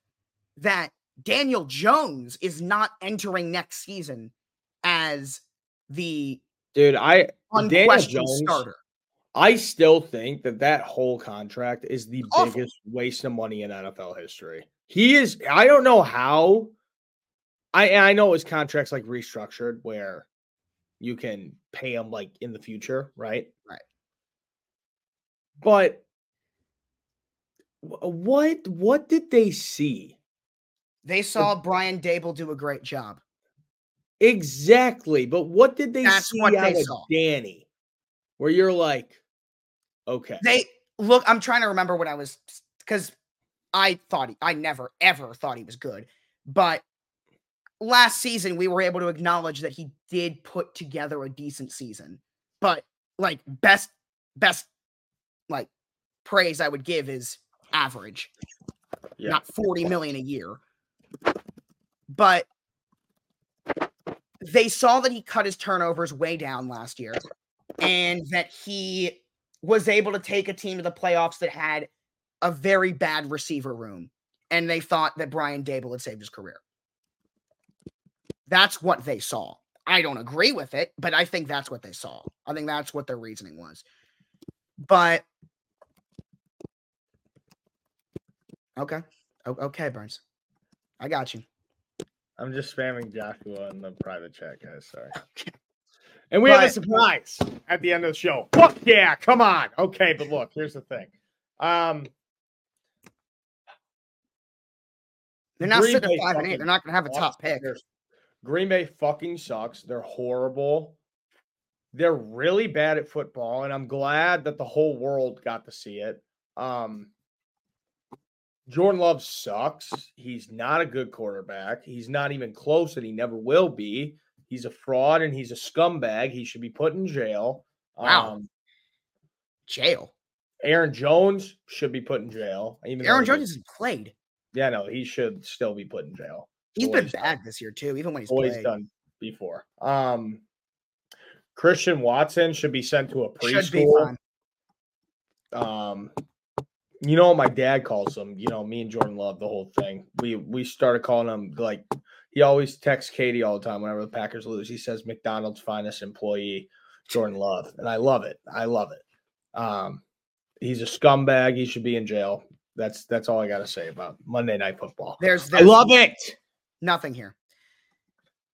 [SPEAKER 1] that Daniel Jones is not entering next season as the
[SPEAKER 2] Dude, I Daniel
[SPEAKER 1] unquestioned
[SPEAKER 2] Jones-
[SPEAKER 1] starter.
[SPEAKER 2] I still think that that whole contract is the
[SPEAKER 1] Awful.
[SPEAKER 2] biggest waste of money in NFL history. He is. I don't know how. I and I know his contract's like restructured where you can pay him like in the future, right?
[SPEAKER 1] Right.
[SPEAKER 2] But wh- what what did they see
[SPEAKER 1] They saw Brian Dable do a great job.
[SPEAKER 2] exactly? But what did they
[SPEAKER 1] That's
[SPEAKER 2] see
[SPEAKER 1] what they
[SPEAKER 2] out of
[SPEAKER 1] saw.
[SPEAKER 2] Danny? Where you're like, okay,
[SPEAKER 1] They look, I'm trying to remember what I was because I thought he, I never ever thought he was good, but last season we were able to acknowledge that he did put together a decent season. But like best best like praise I would give is average.
[SPEAKER 2] Yeah.
[SPEAKER 1] Not 40 million a year. But they saw that he cut his turnovers way down last year and that he was able to take a team to the playoffs that had a very bad receiver room, and they thought that Brian Dable had saved his career. That's what they saw. I don't agree with it, but I think that's what they saw. I think that's what their reasoning was. But okay, O- okay, Burns, I got you.
[SPEAKER 2] I'm just spamming Joshua in the private chat, guys. Sorry. And we have a
[SPEAKER 1] But-
[SPEAKER 2] surprise at the end of the show. Fuck yeah, come on. Okay, but look, here's the thing. Um,
[SPEAKER 1] They're not
[SPEAKER 2] Green
[SPEAKER 1] sitting
[SPEAKER 2] Bay
[SPEAKER 1] at five and eight.
[SPEAKER 2] fucking
[SPEAKER 1] They're not going to have a top
[SPEAKER 2] lost
[SPEAKER 1] pick.
[SPEAKER 2] their- Green Bay fucking sucks. They're horrible. They're really bad at football, and I'm glad that the whole world got to see it. Um, Jordan Love sucks. He's not a good quarterback. He's not even close, and he never will be. He's a fraud and he's a scumbag. He should be put in jail. Um,
[SPEAKER 1] Wow. Jail.
[SPEAKER 2] Aaron Jones should be put in jail. Even
[SPEAKER 1] Aaron
[SPEAKER 2] though he-
[SPEAKER 1] Jones hasn't played.
[SPEAKER 2] yeah, no, he should still be put in jail.
[SPEAKER 1] He's
[SPEAKER 2] Boy,
[SPEAKER 1] been
[SPEAKER 2] he's
[SPEAKER 1] bad this year too, even when he's
[SPEAKER 2] always
[SPEAKER 1] played.
[SPEAKER 2] done before. Um, Christian Watson should be sent to a
[SPEAKER 1] Should be fine.
[SPEAKER 2] preschool. Um, you know what my dad calls him. You know, me and Jordan love the whole thing. We we started calling him like he always texts Katie all the time whenever the Packers lose. He says McDonald's finest employee, Jordan Love, and I love it. I love it. Um, he's a scumbag. He should be in jail. That's that's all I gotta say about Monday Night Football.
[SPEAKER 1] There's,
[SPEAKER 2] I
[SPEAKER 1] there's
[SPEAKER 2] love it.
[SPEAKER 1] nothing here.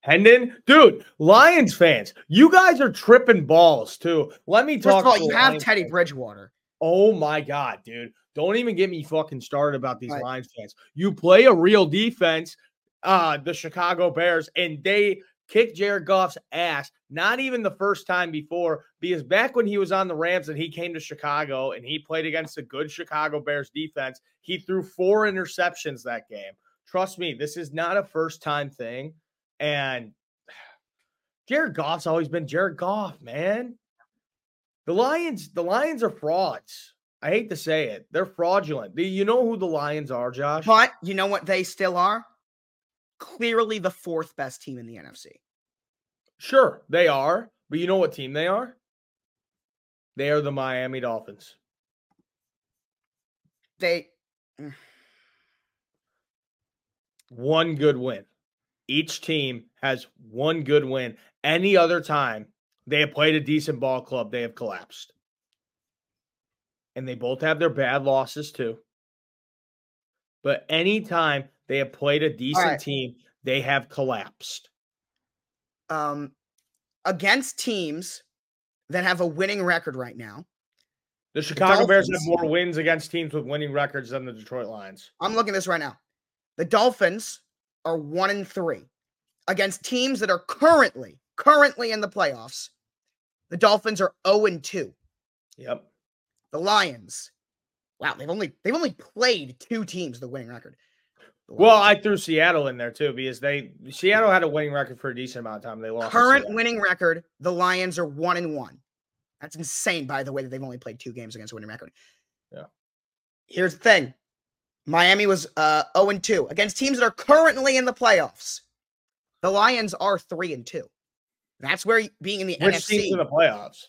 [SPEAKER 2] Hendon, dude, Lions fans, you guys are tripping balls too. Let me
[SPEAKER 1] First
[SPEAKER 2] talk.
[SPEAKER 1] of all,
[SPEAKER 2] to
[SPEAKER 1] you
[SPEAKER 2] a
[SPEAKER 1] have
[SPEAKER 2] Lions
[SPEAKER 1] Teddy
[SPEAKER 2] fan.
[SPEAKER 1] Bridgewater.
[SPEAKER 2] Oh my god, dude! Don't even get me fucking started about these
[SPEAKER 1] Right.
[SPEAKER 2] Lions fans. You play a real defense, uh, the Chicago Bears, and they kicked Jared Goff's ass. Not even the first time before, because back when he was on the Rams and he came to Chicago and he played against a good Chicago Bears defense, he threw four interceptions that game. Trust me, this is not a first time thing, and Jared Goff's always been Jared Goff, man. The Lions, the Lions are frauds. I hate to say it. They're fraudulent. Do you know who the Lions are, Josh?
[SPEAKER 1] But you know what they still are? Clearly the fourth best team in the NFC.
[SPEAKER 2] Sure, they are. But you know what team they are? They are the Miami Dolphins.
[SPEAKER 1] They
[SPEAKER 2] One good win. Each team has one good win. Any other time they have played a decent ball club, they have collapsed. And they both have their bad losses too. But anytime they have played a decent
[SPEAKER 1] right.
[SPEAKER 2] team, they have collapsed.
[SPEAKER 1] um against teams that have a winning record right now.
[SPEAKER 2] The Chicago Bears have
[SPEAKER 1] Dolphins-
[SPEAKER 2] more wins against teams with winning records than the Detroit Lions.
[SPEAKER 1] I'm looking at this right now. The Dolphins are one and three against teams that are currently currently in the playoffs. The Dolphins are 0 and 2.
[SPEAKER 2] Yep.
[SPEAKER 1] The Lions. Wow, they've only they've only played two teams with a winning record. The
[SPEAKER 2] Well,
[SPEAKER 1] Lions.
[SPEAKER 2] I threw Seattle in there too because they Seattle had a winning record for a decent amount of time. They lost. to
[SPEAKER 1] current
[SPEAKER 2] Seattle.
[SPEAKER 1] winning record, the Lions are one and one. That's insane, by the way, that they've only played two games against a winning record.
[SPEAKER 2] Yeah.
[SPEAKER 1] Here's the thing. Miami was uh 0 and 2 against teams that are currently in the playoffs. The Lions are 3 and 2. That's where y- being in the
[SPEAKER 2] Which
[SPEAKER 1] NFC
[SPEAKER 2] teams in the playoffs?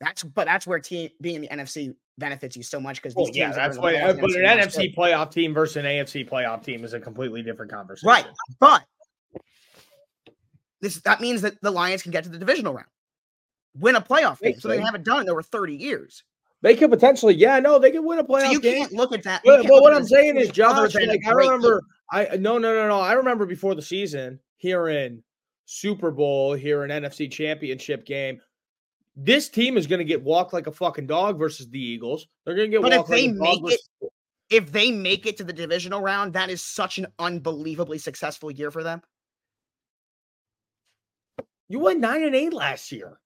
[SPEAKER 1] that's but that's where team being in the NFC benefits you so much because these
[SPEAKER 2] Well,
[SPEAKER 1] teams
[SPEAKER 2] yeah,
[SPEAKER 1] that are
[SPEAKER 2] that's
[SPEAKER 1] in the
[SPEAKER 2] why.
[SPEAKER 1] playoffs
[SPEAKER 2] uh, But
[SPEAKER 1] against
[SPEAKER 2] an
[SPEAKER 1] the Lions
[SPEAKER 2] NFC playoff team versus an AFC playoff team is a completely different conversation.
[SPEAKER 1] Right. But this that means that the Lions can get to the divisional round, win a playoff
[SPEAKER 2] They
[SPEAKER 1] game. So they
[SPEAKER 2] could.
[SPEAKER 1] haven't done it in over 30 years.
[SPEAKER 2] They could potentially. Yeah. No, they could win a playoff
[SPEAKER 1] So you
[SPEAKER 2] game.
[SPEAKER 1] can't look at that. you
[SPEAKER 2] Well,
[SPEAKER 1] can't
[SPEAKER 2] well,
[SPEAKER 1] look
[SPEAKER 2] what
[SPEAKER 1] at
[SPEAKER 2] I'm
[SPEAKER 1] this
[SPEAKER 2] saying is,
[SPEAKER 1] team other
[SPEAKER 2] Josh,
[SPEAKER 1] than a
[SPEAKER 2] like, I
[SPEAKER 1] great team.
[SPEAKER 2] remember, I no, no, no, no. I remember before the season hearing Super Bowl, hearing NFC Championship game. This team is going to get walked like a fucking dog versus the Eagles. They're going to get
[SPEAKER 1] But if
[SPEAKER 2] walked like
[SPEAKER 1] they
[SPEAKER 2] a dog
[SPEAKER 1] make
[SPEAKER 2] versus-
[SPEAKER 1] If they make it to the divisional round, that is such an unbelievably successful year for them.
[SPEAKER 2] You went nine and eight last year.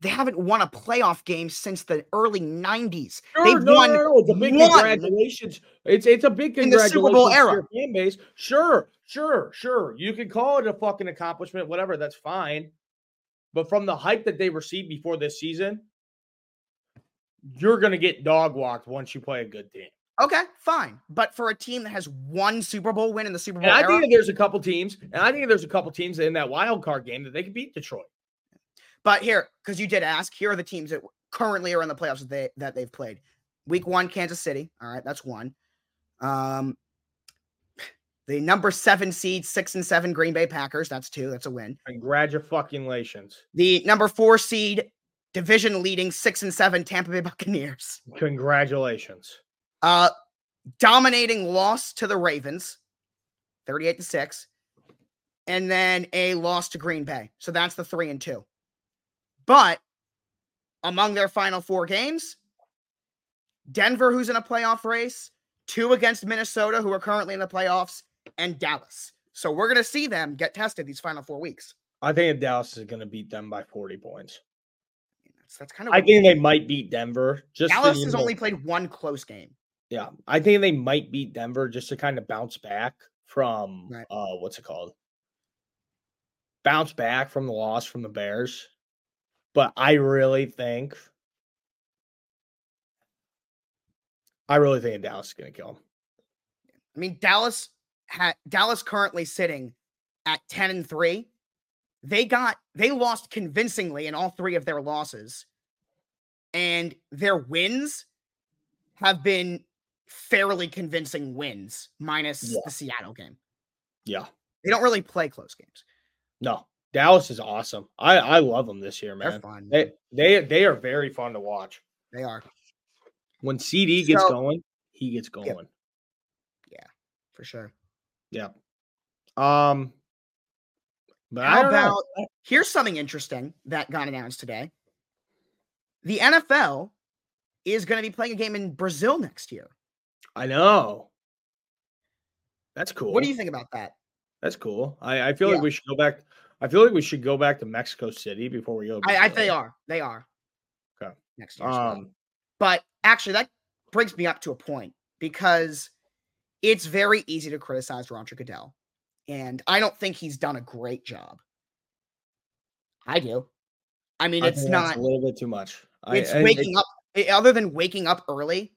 [SPEAKER 1] They haven't won a playoff game since the early 90s.
[SPEAKER 2] Sure,
[SPEAKER 1] They've
[SPEAKER 2] no,
[SPEAKER 1] won
[SPEAKER 2] no, no, no, It's a big
[SPEAKER 1] one.
[SPEAKER 2] congratulations. It's it's a big
[SPEAKER 1] In the
[SPEAKER 2] congratulations
[SPEAKER 1] Super Bowl
[SPEAKER 2] to
[SPEAKER 1] era.
[SPEAKER 2] your fan base. Sure, sure, sure. You can call it a fucking accomplishment, whatever. That's fine. But from the hype that they received before this season, you're gonna get dog walked once you play a good team.
[SPEAKER 1] Okay, fine. But for a team that has one Super Bowl win in the Super Bowl
[SPEAKER 2] And I
[SPEAKER 1] era,
[SPEAKER 2] think that there's a couple teams, and I think that there's a couple teams in that wild card game that they could beat Detroit.
[SPEAKER 1] But here, because you did ask, here are the teams that currently are in the playoffs that they that they've played. Week one, Kansas City. All right, that's one. Um, the number seven seed, six and seven Green Bay Packers. That's two. That's a win.
[SPEAKER 2] Congratulations.
[SPEAKER 1] The number four seed, division leading six and seven Tampa Bay Buccaneers.
[SPEAKER 2] Congratulations.
[SPEAKER 1] Uh, dominating loss to the Ravens, 38 to 6, and then a loss to Green Bay. So that's the three and two. But among their final four games, Denver, who's in a playoff race, two against Minnesota, who are currently in the playoffs, and Dallas. So we're going to see them get tested these final four weeks.
[SPEAKER 2] I think Dallas is going to beat them by 40 points.
[SPEAKER 1] That's, that's kind of
[SPEAKER 2] I think they might beat Denver. Just to,
[SPEAKER 1] Dallas
[SPEAKER 2] you
[SPEAKER 1] has
[SPEAKER 2] know-
[SPEAKER 1] only played one close game.
[SPEAKER 2] Yeah, I think they might beat Denver just to kind of bounce back from
[SPEAKER 1] Right.
[SPEAKER 2] uh what's it called? Bounce back from the loss from the Bears. But I really think I really think Dallas is going to kill them.
[SPEAKER 1] I mean, Dallas had Dallas currently sitting at 10 and 3. They got they lost convincingly in all three of their losses. And their wins have been fairly convincing wins, minus
[SPEAKER 2] Yeah.
[SPEAKER 1] the Seattle game.
[SPEAKER 2] Yeah.
[SPEAKER 1] They don't really play close games.
[SPEAKER 2] No. Dallas is awesome. I I love them this year,
[SPEAKER 1] They're
[SPEAKER 2] man.
[SPEAKER 1] fun.
[SPEAKER 2] They they they are very fun to watch.
[SPEAKER 1] They are
[SPEAKER 2] When CD gets
[SPEAKER 1] So-
[SPEAKER 2] going, he gets going.
[SPEAKER 1] for sure.
[SPEAKER 2] Um but I
[SPEAKER 1] How
[SPEAKER 2] don't know.
[SPEAKER 1] about here's something interesting that got announced today. The NFL is going to be playing a game in Brazil next year.
[SPEAKER 2] I know. That's cool.
[SPEAKER 1] What do you think about that?
[SPEAKER 2] That's cool. I, I feel
[SPEAKER 1] Yeah.
[SPEAKER 2] like we should go back. I feel like we should go back to Mexico City before we go. to
[SPEAKER 1] I, I
[SPEAKER 2] Brazil.
[SPEAKER 1] they are. They are.
[SPEAKER 2] Okay.
[SPEAKER 1] Next year.
[SPEAKER 2] Um,
[SPEAKER 1] but actually, that brings me up to a point because it's very easy to criticize Roger Goodell, and I don't think he's done a great job. I do. I mean,
[SPEAKER 2] I
[SPEAKER 1] it's
[SPEAKER 2] think that's
[SPEAKER 1] not.
[SPEAKER 2] a little bit too much. I-
[SPEAKER 1] It's
[SPEAKER 2] I- it-
[SPEAKER 1] waking up. i- Other than waking up early,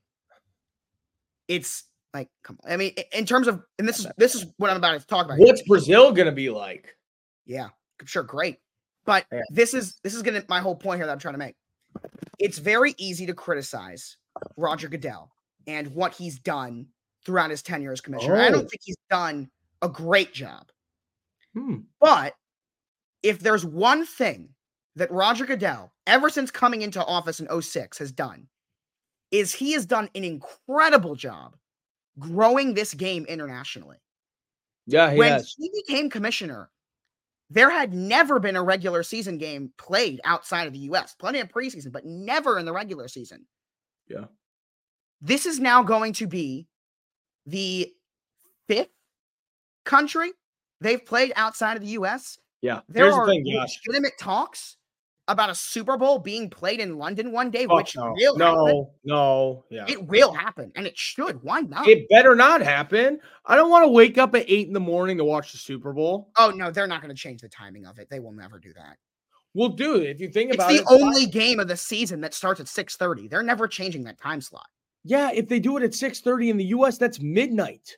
[SPEAKER 1] it's like come on. I mean, i- in terms of, and this is this is what I'm about to talk about. here.
[SPEAKER 2] What's Brazil gonna be like?
[SPEAKER 1] Yeah, I'm sure great. But
[SPEAKER 2] Yeah.
[SPEAKER 1] this is this is gonna my whole point here that I'm trying to make. It's very easy to criticize Roger Goodell and what he's done throughout his tenure as commissioner. I
[SPEAKER 2] Oh.
[SPEAKER 1] don't think he's done a great job.
[SPEAKER 2] Hmm.
[SPEAKER 1] But if there's one thing that Roger Goodell, ever since coming into office in 06, has done, is he has done an incredible job growing this game internationally
[SPEAKER 2] Yeah, he
[SPEAKER 1] when
[SPEAKER 2] has.
[SPEAKER 1] he became commissioner, there had never been a regular season game played outside of the U.S. Plenty of preseason, but never in the regular season.
[SPEAKER 2] Yeah.
[SPEAKER 1] This is now going to be the fifth country they've played outside of the U.S.
[SPEAKER 2] Yeah.
[SPEAKER 1] There
[SPEAKER 2] Here's the
[SPEAKER 1] are
[SPEAKER 2] thing, Josh.
[SPEAKER 1] legitimate talks about a Super Bowl being played in London one day,
[SPEAKER 2] Fuck
[SPEAKER 1] which will
[SPEAKER 2] Oh, no.
[SPEAKER 1] happen.
[SPEAKER 2] no, no, yeah.
[SPEAKER 1] It will happen, and it should. Why not?
[SPEAKER 2] It better not happen. I don't want to wake up at eight in the morning to watch the Super Bowl.
[SPEAKER 1] oh no, they're not going to change the timing of it. They will never do that.
[SPEAKER 2] Well, dude, if you think
[SPEAKER 1] It's
[SPEAKER 2] about
[SPEAKER 1] the
[SPEAKER 2] it,
[SPEAKER 1] only game of the season that starts at 6:30. They're never changing that time slot.
[SPEAKER 2] Yeah, if they do it at 6:30 in the US, that's midnight.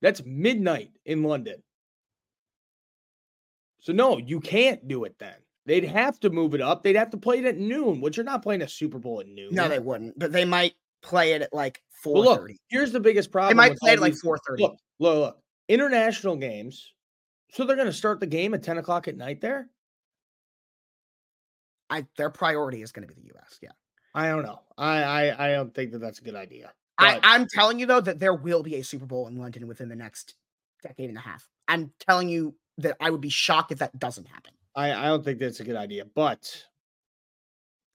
[SPEAKER 2] That's midnight in London. So no, you can't do it then. They'd have to move it up. They'd have to play it at noon, which you're not playing a Super Bowl at noon.
[SPEAKER 1] No, they wouldn't. But they might play it at like 4:30.
[SPEAKER 2] Well, look, here's the biggest problem.
[SPEAKER 1] they might
[SPEAKER 2] with
[SPEAKER 1] play
[SPEAKER 2] all
[SPEAKER 1] it at like
[SPEAKER 2] these-
[SPEAKER 1] 4:30.
[SPEAKER 2] Look, look, look. International games. So they're going to start the game at 10 o'clock at night there?
[SPEAKER 1] I, their priority is going to be the U.S. Yeah,
[SPEAKER 2] I don't know. I I, I don't think that that's a good idea.
[SPEAKER 1] I,
[SPEAKER 2] But-
[SPEAKER 1] I'm telling you though that there will be a Super Bowl in London within the next decade and a half. I'm telling you that I would be shocked if that doesn't happen.
[SPEAKER 2] I, I don't think that's a good idea. But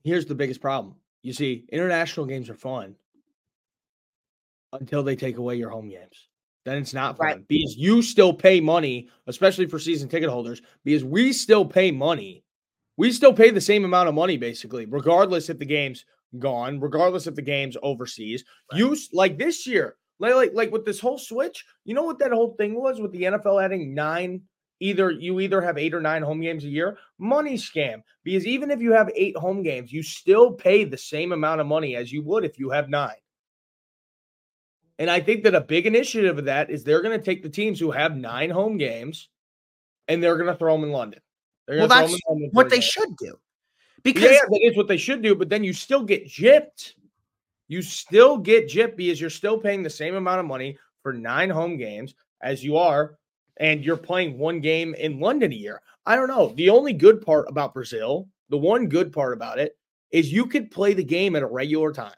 [SPEAKER 2] here's the biggest problem. You see, international games are fun until they take away your home games. Then it's not fun
[SPEAKER 1] Right.
[SPEAKER 2] because you still pay money, especially for season ticket holders, because we still pay money. We still pay the same amount of money, basically, regardless if the game's gone, regardless if the game's overseas. You s- like this year, like, like like with this whole switch, you know what that whole thing was with the NFL adding nine either you either have eight or nine home games a year money scam because even if you have eight home games you still pay the same amount of money as you would if you have nine and i think that a big initiative of that is they're going to take the teams who have nine home games and they're going to throw them in london they're
[SPEAKER 1] Well,
[SPEAKER 2] gonna throw
[SPEAKER 1] that's
[SPEAKER 2] 'em in London for
[SPEAKER 1] What
[SPEAKER 2] a
[SPEAKER 1] they
[SPEAKER 2] day.
[SPEAKER 1] should do, Because
[SPEAKER 2] Yeah, that is what they should do, but then you still get gypped. You still get gypped because you're still paying the same amount of money for nine home games as you are, and you're playing one game in London a year. I don't know. The only good part about Brazil, the one good part about it, is you could play the game at a regular time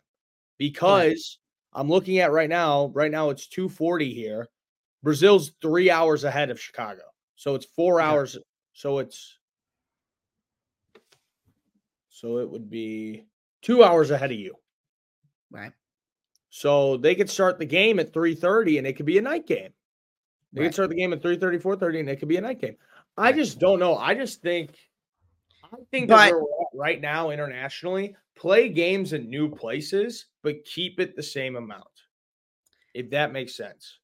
[SPEAKER 2] because I'm looking at right now, right now it's 240 here. Brazil's three hours ahead of Chicago. So it's four
[SPEAKER 1] Yeah.
[SPEAKER 2] hours. So it's so it would be two hours ahead of you.
[SPEAKER 1] Right.
[SPEAKER 2] So they could start the game at 3:30 and it could be a night game. They
[SPEAKER 1] Right.
[SPEAKER 2] could start the game at 3:30, 4:30, and it could be a night game. I
[SPEAKER 1] Right.
[SPEAKER 2] just don't know. I just think I think that
[SPEAKER 1] But-
[SPEAKER 2] where we're at right now internationally, play games in new places, but keep it the same amount. If that makes sense.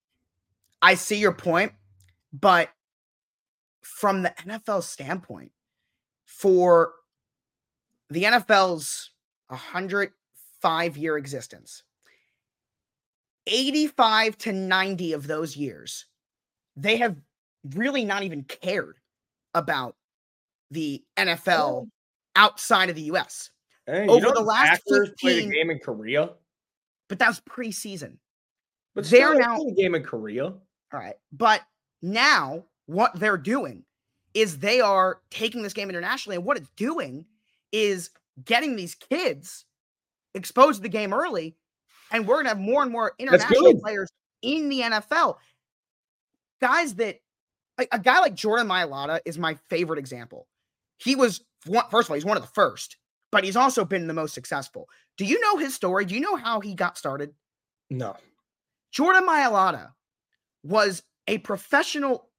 [SPEAKER 1] I see your point, but from the NFL standpoint, for the NFL's 105 year existence, 85 to 90 of those years, they have really not even cared about the NFL outside of the US.
[SPEAKER 2] Hey,
[SPEAKER 1] Over the last
[SPEAKER 2] Packers played
[SPEAKER 1] 15
[SPEAKER 2] a game in Korea,
[SPEAKER 1] But that's preseason.
[SPEAKER 2] but
[SPEAKER 1] They
[SPEAKER 2] still,
[SPEAKER 1] are
[SPEAKER 2] they
[SPEAKER 1] now-
[SPEAKER 2] played a game in Korea.
[SPEAKER 1] All right. But now what they're doing is they are taking this game internationally. And what it's doing is getting these kids exposed to the game early. And we're going to have more and more international
[SPEAKER 2] good.
[SPEAKER 1] players in the NFL. Guys that, a, a guy like Jordan Mailata is my favorite example. He was, one, first of all, he's one of the first, but he's also been the most successful. Do you know his story? Do you know how he got started?
[SPEAKER 2] No,
[SPEAKER 1] Jordan Mailata was a professional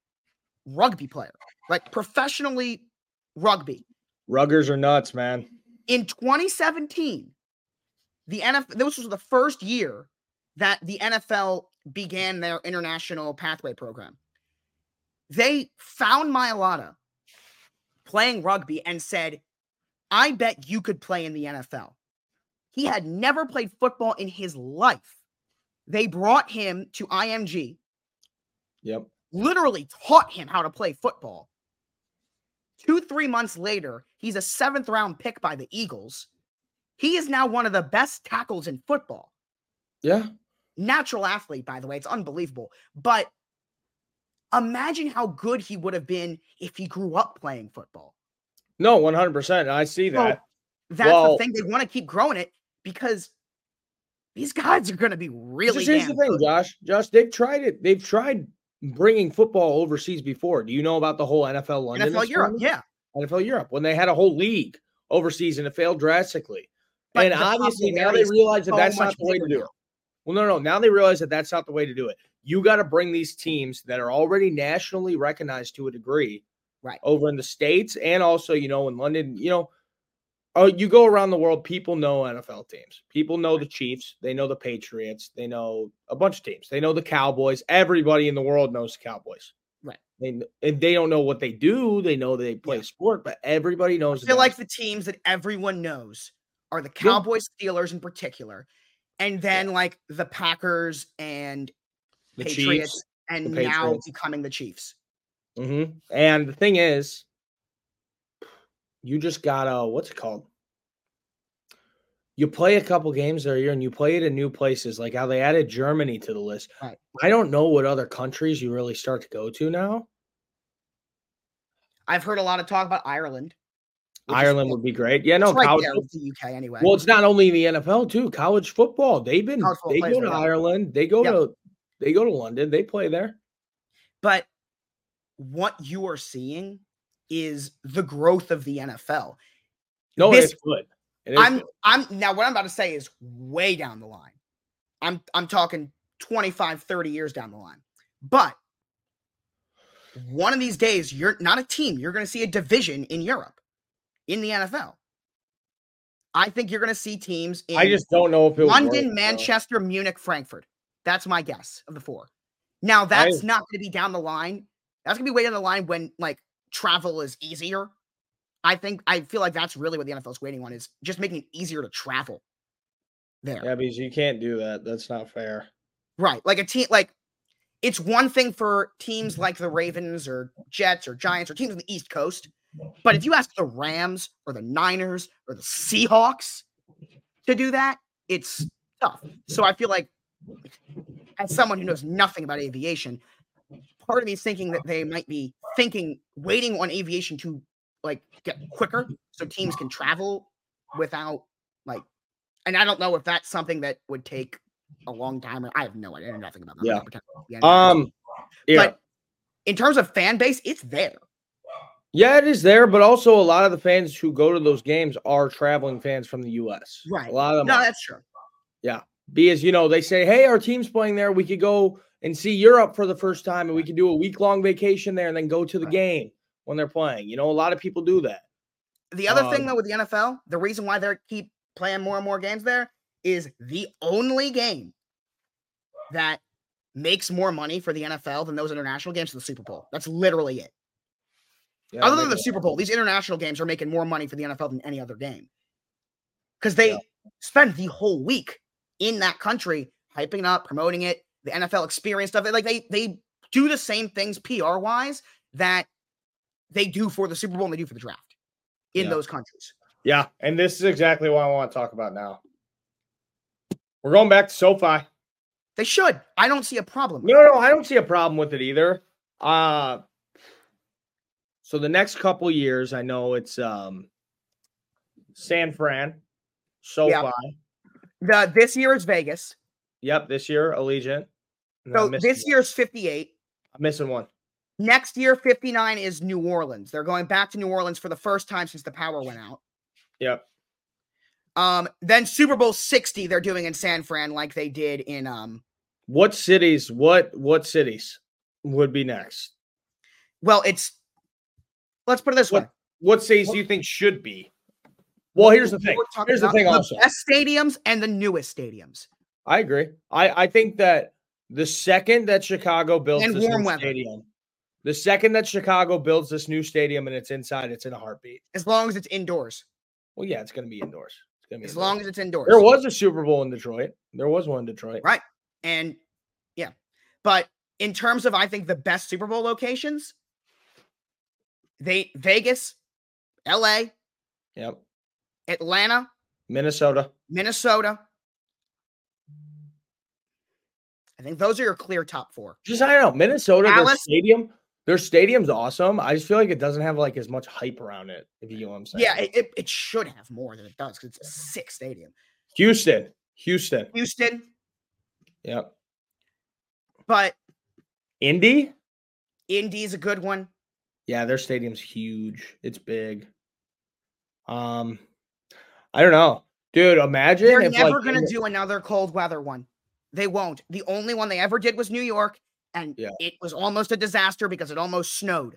[SPEAKER 1] rugby player, like professionally rugby.
[SPEAKER 2] Ruggers are nuts, man.
[SPEAKER 1] In 2017, the NFL, this was the first year that the NFL began their international pathway program. They found Mailata playing rugby and said, I bet you could play in the NFL. He had never played football in his life. They brought him to IMG
[SPEAKER 2] Yep.
[SPEAKER 1] literally taught him how to play football. Two, three months later, he's a seventh round pick by the Eagles. He is now one of the best tackles in football.
[SPEAKER 2] Yeah.
[SPEAKER 1] Natural athlete, by the way. It's unbelievable. But imagine how good he would have been if he grew up playing football.
[SPEAKER 2] No, 100%. I see
[SPEAKER 1] So
[SPEAKER 2] that.
[SPEAKER 1] that's
[SPEAKER 2] Well-
[SPEAKER 1] the thing. They want to keep growing it because these guys are going to be really
[SPEAKER 2] Just here's the
[SPEAKER 1] damn
[SPEAKER 2] thing,
[SPEAKER 1] good.
[SPEAKER 2] Josh. Josh, they've tried it. They've tried bringing football overseas before. Do you know about the whole NFL London?
[SPEAKER 1] NFL Europe.
[SPEAKER 2] experiment?
[SPEAKER 1] Yeah.
[SPEAKER 2] NFL Europe when they had a whole league overseas and it failed drastically.
[SPEAKER 1] But
[SPEAKER 2] and
[SPEAKER 1] the
[SPEAKER 2] obviously now
[SPEAKER 1] popularity
[SPEAKER 2] they
[SPEAKER 1] is
[SPEAKER 2] realize that
[SPEAKER 1] so
[SPEAKER 2] that's
[SPEAKER 1] much
[SPEAKER 2] not the way to
[SPEAKER 1] bigger
[SPEAKER 2] do
[SPEAKER 1] now.
[SPEAKER 2] it. Well, no, no. Now they realize that that's not the way to do it. You got to bring these teams that are already nationally recognized to a degree,
[SPEAKER 1] Right.
[SPEAKER 2] Over in the states and also, you know, in London, you know, oh, you go around the world, people know NFL teams. People know the Chiefs. They know the Patriots. They know a bunch of teams. They know the Cowboys. Everybody in the world knows the Cowboys.
[SPEAKER 1] Right.
[SPEAKER 2] They, kn- and they don't know what they do. They know they play
[SPEAKER 1] Yeah.
[SPEAKER 2] sport, but everybody knows.
[SPEAKER 1] I feel
[SPEAKER 2] them.
[SPEAKER 1] like the teams that everyone knows are the Cowboys, Steelers in particular, and then like the Packers and
[SPEAKER 2] the
[SPEAKER 1] Patriots,
[SPEAKER 2] Chiefs.
[SPEAKER 1] and
[SPEAKER 2] the
[SPEAKER 1] now
[SPEAKER 2] Patriots.
[SPEAKER 1] becoming the Chiefs.
[SPEAKER 2] Mhm. And the thing is, you just gotta what's it called? You play a couple games there a year, and you play it in new places, like how they added Germany to the list.
[SPEAKER 1] Right.
[SPEAKER 2] I don't know what other countries you really start to go to now.
[SPEAKER 1] I've heard a lot of talk about Ireland. which is
[SPEAKER 2] Ireland
[SPEAKER 1] cool.
[SPEAKER 2] would be great. Yeah,
[SPEAKER 1] It's
[SPEAKER 2] no,
[SPEAKER 1] right
[SPEAKER 2] college
[SPEAKER 1] there
[SPEAKER 2] football-
[SPEAKER 1] with the UK anyway.
[SPEAKER 2] Well, it's not only the NFL too. College football, they've been
[SPEAKER 1] College football
[SPEAKER 2] they
[SPEAKER 1] players
[SPEAKER 2] go to
[SPEAKER 1] are-
[SPEAKER 2] Ireland, they go
[SPEAKER 1] Yep.
[SPEAKER 2] to they go to London, they play there.
[SPEAKER 1] but what you are seeing is the growth of the NFL.
[SPEAKER 2] No,
[SPEAKER 1] This-
[SPEAKER 2] it's good. It is
[SPEAKER 1] I'm
[SPEAKER 2] good.
[SPEAKER 1] I'm now what I'm about to say is way down the line. I'm I'm talking 25, 30 years down the line. But one of these days, you're not a team, you're gonna see a division in Europe in the NFL. I think you're gonna see teams in
[SPEAKER 2] I just don't know if it was
[SPEAKER 1] London,
[SPEAKER 2] worth it, though.
[SPEAKER 1] Manchester, Munich, Frankfurt. That's my guess of the four. Now that's not going to be down the line. That's going to be way down the line when like travel is easier. I think I feel like that's really what the NFL's waiting on is just making it easier to travel there.
[SPEAKER 2] Yeah, because you can't do that. That's not fair.
[SPEAKER 1] Right. Like a team like it's one thing for teams like the Ravens or Jets or Giants or teams on the East Coast But if you ask the Rams or the Niners or the Seahawks to do that, it's tough. So I feel like, as someone who knows nothing about aviation, part of me is thinking that they might be thinking, waiting on aviation to like get quicker so teams can travel without like, and I don't know if that's something that would take a long time. I have no idea, I know nothing about that.
[SPEAKER 2] Yeah.
[SPEAKER 1] I pretend to be anything.
[SPEAKER 2] Um, yeah,
[SPEAKER 1] But in terms of fan base, it's there.
[SPEAKER 2] yeah, it is there, but also a lot of the fans who go to those games are traveling fans from the U.S.
[SPEAKER 1] Right.
[SPEAKER 2] A lot of them.
[SPEAKER 1] No,
[SPEAKER 2] are.
[SPEAKER 1] that's true.
[SPEAKER 2] because you know they say, hey, our team's playing there. We could go and see Europe for the first time, and we could do a week long vacation there, and then go to the
[SPEAKER 1] Right.
[SPEAKER 2] game when they're playing. You know, a lot of people do that.
[SPEAKER 1] The other thing
[SPEAKER 2] Um,
[SPEAKER 1] though with the NFL, the reason why they keep playing more and more games there is the only game that makes more money for the NFL than those international games is the Super Bowl. That's literally it.
[SPEAKER 2] Yeah,
[SPEAKER 1] other
[SPEAKER 2] they
[SPEAKER 1] than the
[SPEAKER 2] do.
[SPEAKER 1] Super Bowl, these international games are making more money for the NFL than any other game. Because they spend the whole week in that country hyping up, promoting it, the NFL experience stuff. Like they they do the same things PR wise that they do for the Super Bowl and they do for the draft in
[SPEAKER 2] Yeah.
[SPEAKER 1] those countries.
[SPEAKER 2] yeah,
[SPEAKER 5] And this is exactly what I want to talk about now. We're going back to SoFi.
[SPEAKER 1] They should. I don't see a problem. with
[SPEAKER 2] No,
[SPEAKER 1] it.
[SPEAKER 2] no, I don't see a problem with it either. Uh so the next couple years, I know it's um San Fran, SoFi.
[SPEAKER 1] The, this year is Vegas.
[SPEAKER 2] Yep, this year Allegiant. And
[SPEAKER 1] So
[SPEAKER 2] I'm missing
[SPEAKER 1] this
[SPEAKER 2] one.
[SPEAKER 1] year's 58.
[SPEAKER 2] I'm missing one.
[SPEAKER 1] Next year, 59 is New Orleans. They're going back to New Orleans for the first time since the power went out.
[SPEAKER 2] Yep.
[SPEAKER 1] Um, then Super Bowl 60, they're doing in San Fran like they did in um
[SPEAKER 2] What cities? What what cities would be next?
[SPEAKER 1] well, it's let's put it this way.
[SPEAKER 5] What cities do you think should be?
[SPEAKER 2] Well, here's the thing.
[SPEAKER 1] We're talking
[SPEAKER 2] Here's the
[SPEAKER 1] about
[SPEAKER 2] thing also.
[SPEAKER 1] best stadiums and the newest stadiums.
[SPEAKER 2] I agree. I I think that the second that Chicago builds
[SPEAKER 1] And
[SPEAKER 2] this
[SPEAKER 1] warm
[SPEAKER 2] new
[SPEAKER 1] weather.
[SPEAKER 2] stadium, the second that Chicago builds this new stadium and it's inside, it's in a heartbeat.
[SPEAKER 1] As long as it's indoors.
[SPEAKER 2] Well, yeah, it's going to be indoors. It's going to be
[SPEAKER 1] As
[SPEAKER 2] indoors.
[SPEAKER 1] long as it's indoors.
[SPEAKER 2] There was a Super Bowl in Detroit. There was one in Detroit.
[SPEAKER 1] Right. And yeah. But in terms of I think the best Super Bowl locations, they Vegas, LA,
[SPEAKER 2] Yep.
[SPEAKER 1] Atlanta,
[SPEAKER 2] Minnesota.
[SPEAKER 1] Minnesota. I think those are your clear top four.
[SPEAKER 2] Just I don't know. Minnesota, their
[SPEAKER 1] Dallas.
[SPEAKER 2] stadium. Their stadium's awesome. I just feel like it doesn't have like as much hype around it, if you know what I'm saying.
[SPEAKER 1] Yeah, it, it, it should have more than it does because it's a sick stadium.
[SPEAKER 2] Houston. Houston.
[SPEAKER 1] Houston,
[SPEAKER 2] Yep.
[SPEAKER 1] but
[SPEAKER 2] Indy?
[SPEAKER 1] Indy's a good one.
[SPEAKER 2] Yeah, their stadium's huge. It's big. Um, I don't know. Dude, imagine
[SPEAKER 1] They're
[SPEAKER 2] if
[SPEAKER 1] never
[SPEAKER 2] like,
[SPEAKER 1] going
[SPEAKER 2] in-
[SPEAKER 1] to do another cold weather one. They won't. The only one they ever did was New York, and
[SPEAKER 2] Yeah.
[SPEAKER 1] it was almost a disaster because it almost snowed.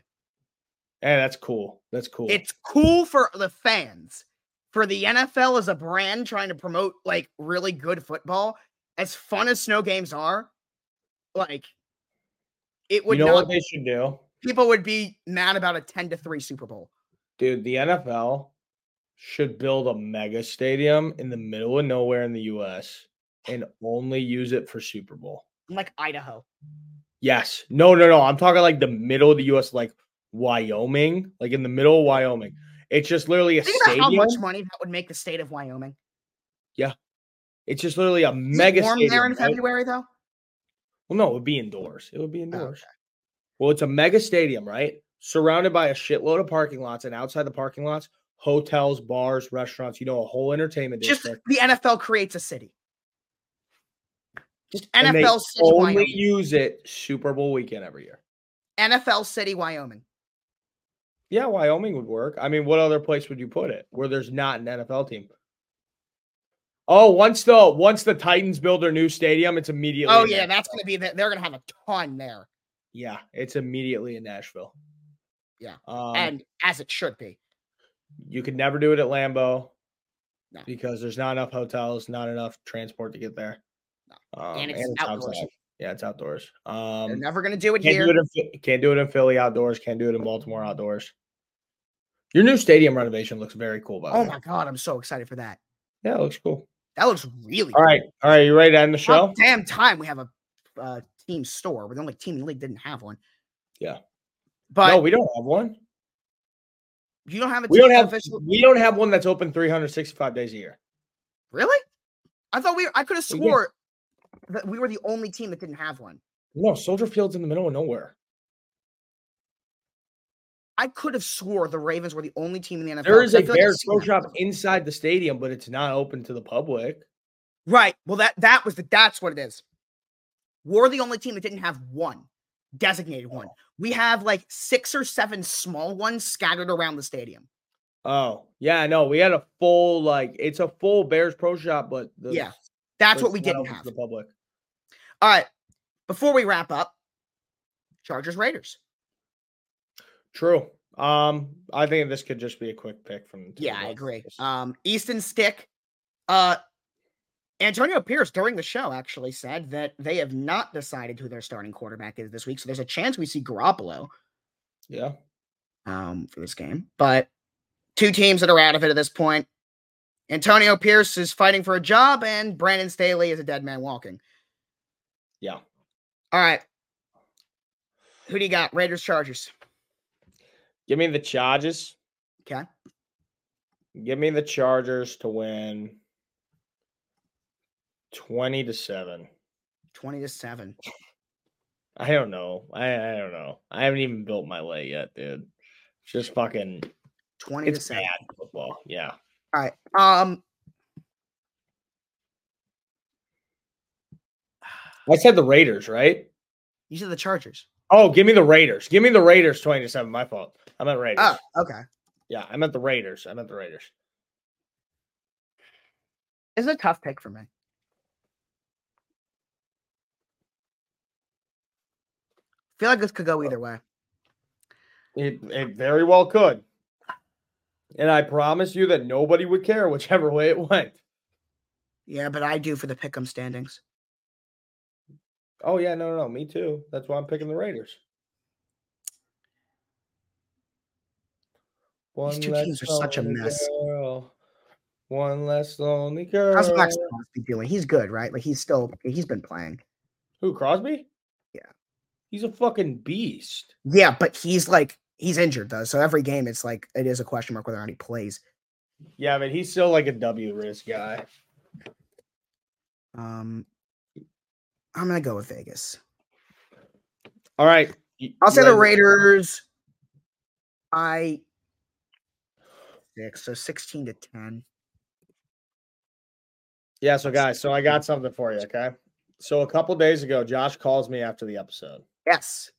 [SPEAKER 2] Hey, that's cool. That's cool.
[SPEAKER 1] It's cool for the fans. For the NFL as a brand trying to promote like really good football, as fun as snow games are, like it
[SPEAKER 2] you
[SPEAKER 1] would
[SPEAKER 2] know
[SPEAKER 1] not
[SPEAKER 2] what they should do?
[SPEAKER 1] people would be mad about a 10 to 3 Super Bowl.
[SPEAKER 2] Dude, the NFL should build a mega stadium in the middle of nowhere in the US and only use it for Super Bowl.
[SPEAKER 1] Like Idaho.
[SPEAKER 2] Yes. No, no, no. I'm talking like the middle of the US, like Wyoming, like in the middle of Wyoming. It's just literally a
[SPEAKER 1] Think about
[SPEAKER 2] stadium.
[SPEAKER 1] how much money that would make the state of Wyoming.
[SPEAKER 2] It's just literally a
[SPEAKER 1] Is it
[SPEAKER 2] mega
[SPEAKER 1] warm
[SPEAKER 2] stadium.
[SPEAKER 1] there in
[SPEAKER 2] right?
[SPEAKER 1] February Oh, though.
[SPEAKER 2] Well, no, it would be indoors. It would be indoors. Well, it's a mega stadium, right? Surrounded by a shitload of parking lots, and outside the parking lots, hotels, bars, restaurants, you know, a whole entertainment
[SPEAKER 1] Just
[SPEAKER 2] district.
[SPEAKER 1] the NFL creates a city. Just
[SPEAKER 2] and they
[SPEAKER 1] NFL City,
[SPEAKER 2] only
[SPEAKER 1] Wyoming.
[SPEAKER 2] use it Super Bowl weekend every year.
[SPEAKER 1] NFL City, Wyoming.
[SPEAKER 2] Yeah, Wyoming would work. I mean, what other place would you put it where there's not an NFL team? Oh, once the once the Titans build their new stadium, it's immediately.
[SPEAKER 1] Oh
[SPEAKER 2] in
[SPEAKER 1] yeah,
[SPEAKER 2] Nashville.
[SPEAKER 1] that's gonna be the, they're gonna have a ton there.
[SPEAKER 2] yeah, it's immediately in Nashville.
[SPEAKER 1] Yeah,
[SPEAKER 2] um,
[SPEAKER 1] and as it should be.
[SPEAKER 2] you could never do it at Lambeau
[SPEAKER 1] No.
[SPEAKER 2] because there's not enough hotels, not enough transport to get there. Um,
[SPEAKER 1] it's outdoors.
[SPEAKER 2] Yeah, it's outdoors.
[SPEAKER 1] They're
[SPEAKER 2] Um,
[SPEAKER 1] never gonna do it
[SPEAKER 2] can't
[SPEAKER 1] here.
[SPEAKER 2] do it in Phi- can't do it in Philly outdoors. Can't do it in Baltimore outdoors. Your new stadium renovation looks very cool, by the
[SPEAKER 1] oh
[SPEAKER 2] way.
[SPEAKER 1] my god, I'm so excited for that.
[SPEAKER 2] Yeah, it looks cool.
[SPEAKER 1] That looks really
[SPEAKER 2] All right, all right. You ready to end the
[SPEAKER 1] cool. About
[SPEAKER 2] show?
[SPEAKER 1] Damn time we have a uh, team store. We're the only team in the league that didn't have one.
[SPEAKER 2] Yeah.
[SPEAKER 1] But
[SPEAKER 2] no, we don't have one.
[SPEAKER 1] You don't have a
[SPEAKER 2] We don't
[SPEAKER 1] team
[SPEAKER 2] have
[SPEAKER 1] official.
[SPEAKER 2] we don't have one that's open 365 days a year.
[SPEAKER 1] Really? I thought we. I could have
[SPEAKER 2] We do.
[SPEAKER 1] swore that we were the only team that didn't have one.
[SPEAKER 2] No, Soldier Field's in the middle of nowhere.
[SPEAKER 1] I could have swore the Ravens were the only team in the NFL.
[SPEAKER 2] There is
[SPEAKER 1] 'cause I
[SPEAKER 2] a
[SPEAKER 1] feel like I've
[SPEAKER 2] Bears
[SPEAKER 1] seen
[SPEAKER 2] pro
[SPEAKER 1] that.
[SPEAKER 2] shop inside the stadium, but it's not open to the public.
[SPEAKER 1] Right. Well, that that was the that's what it is. We're the only team that didn't have one designated one.
[SPEAKER 2] Oh.
[SPEAKER 1] We have like six or seven small ones scattered around the stadium.
[SPEAKER 2] Oh, yeah, no, we had a full like it's a full Bears pro shop, but the,
[SPEAKER 1] Yeah, That's
[SPEAKER 2] but
[SPEAKER 1] what we
[SPEAKER 2] it's not
[SPEAKER 1] didn't
[SPEAKER 2] open to
[SPEAKER 1] have.
[SPEAKER 2] the public.
[SPEAKER 1] All right. Before we wrap up, Chargers Raiders.
[SPEAKER 2] True. Um, I think this could just be a quick pick from. the
[SPEAKER 1] Yeah,
[SPEAKER 2] table.
[SPEAKER 1] I agree.
[SPEAKER 2] Just-
[SPEAKER 1] Um, Easton Stick. Uh, Antonio Pierce during the show actually said that they have not decided who their starting quarterback is this week, so there's a chance we see Garoppolo.
[SPEAKER 2] yeah.
[SPEAKER 1] um, for this game. But two teams that are out of it at this point. Antonio Pierce is fighting for a job, and Brandon Staley is a dead man walking.
[SPEAKER 2] Yeah.
[SPEAKER 1] All right. Who do you got? Raiders, Chargers.
[SPEAKER 2] Give me the Chargers.
[SPEAKER 1] Okay.
[SPEAKER 2] Give me the Chargers to win 20 to 7.
[SPEAKER 1] 20 to 7.
[SPEAKER 2] I don't know. I, I don't know. I haven't even built my lay yet, dude. It's just fucking
[SPEAKER 1] 20 to
[SPEAKER 2] it's
[SPEAKER 1] 7.
[SPEAKER 2] bad football. Yeah.
[SPEAKER 1] All right. Um,
[SPEAKER 2] I said the Raiders, right?
[SPEAKER 1] you said the Chargers.
[SPEAKER 2] Oh, give me the Raiders. Give me the Raiders 20 to 7. My fault. I meant Raiders.
[SPEAKER 1] Oh, okay.
[SPEAKER 2] Yeah, I meant the Raiders. I meant the Raiders.
[SPEAKER 1] This is a tough pick for me. feel like this could go either way.
[SPEAKER 2] It, it very well could. And I promise you that nobody would care whichever way it went.
[SPEAKER 1] Yeah, but I do for the pick'em standings.
[SPEAKER 2] Oh yeah, no, no, no, me too. That's why I'm picking the Raiders. One
[SPEAKER 1] two
[SPEAKER 2] less
[SPEAKER 1] teams are such a
[SPEAKER 2] lonely
[SPEAKER 1] mess.
[SPEAKER 2] girl, One less lonely girl.
[SPEAKER 1] How's Max Crosby doing? He's good, right? Like he's still he's been playing.
[SPEAKER 2] Who Crosby?
[SPEAKER 1] Yeah.
[SPEAKER 2] he's a fucking beast.
[SPEAKER 1] Yeah, but he's like he's injured though. So every game it's like it is a question mark whether or not he plays.
[SPEAKER 2] Yeah, but he's still like a W risk guy.
[SPEAKER 1] Um I'm gonna go with Vegas.
[SPEAKER 2] All right, y-
[SPEAKER 1] I'll
[SPEAKER 2] you
[SPEAKER 1] say the
[SPEAKER 2] guys-
[SPEAKER 1] Raiders. I six, so sixteen to ten.
[SPEAKER 2] Yeah, so guys, so I got something for you. Okay, so a couple days ago, Josh calls me after the episode.
[SPEAKER 1] Yes.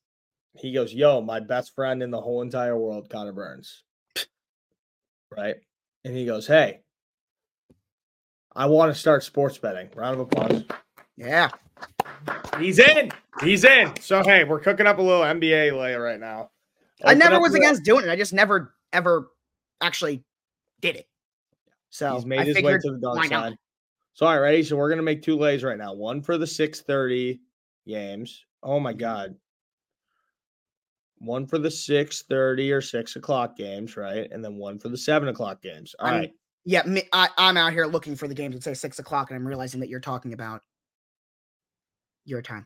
[SPEAKER 2] he goes, "Yo, my best friend in the whole entire world, Connor Burns." right? And he goes, "Hey, I want to start sports betting." Round of applause.
[SPEAKER 1] Yeah.
[SPEAKER 2] He's in. He's in. So hey, we're cooking up a little NBA lay right now.
[SPEAKER 1] I
[SPEAKER 2] Open
[SPEAKER 1] never
[SPEAKER 2] up
[SPEAKER 1] was
[SPEAKER 2] the-
[SPEAKER 1] against doing it. I just never ever actually did it. So
[SPEAKER 2] He's made
[SPEAKER 1] I
[SPEAKER 2] his way
[SPEAKER 1] figured
[SPEAKER 2] to the
[SPEAKER 1] why
[SPEAKER 2] dark
[SPEAKER 1] not?
[SPEAKER 2] side. So all right, ready? So we're gonna make two lays right now. One for the six thirty games. Oh
[SPEAKER 1] Mm-hmm.
[SPEAKER 2] my god. One for the six thirty or six o'clock games, right? And then one for the seven o'clock games. All
[SPEAKER 1] I'm-
[SPEAKER 2] right.
[SPEAKER 1] Yeah, me, I, I'm out here looking for the games that say six o'clock, and I'm realizing that you're talking about your time.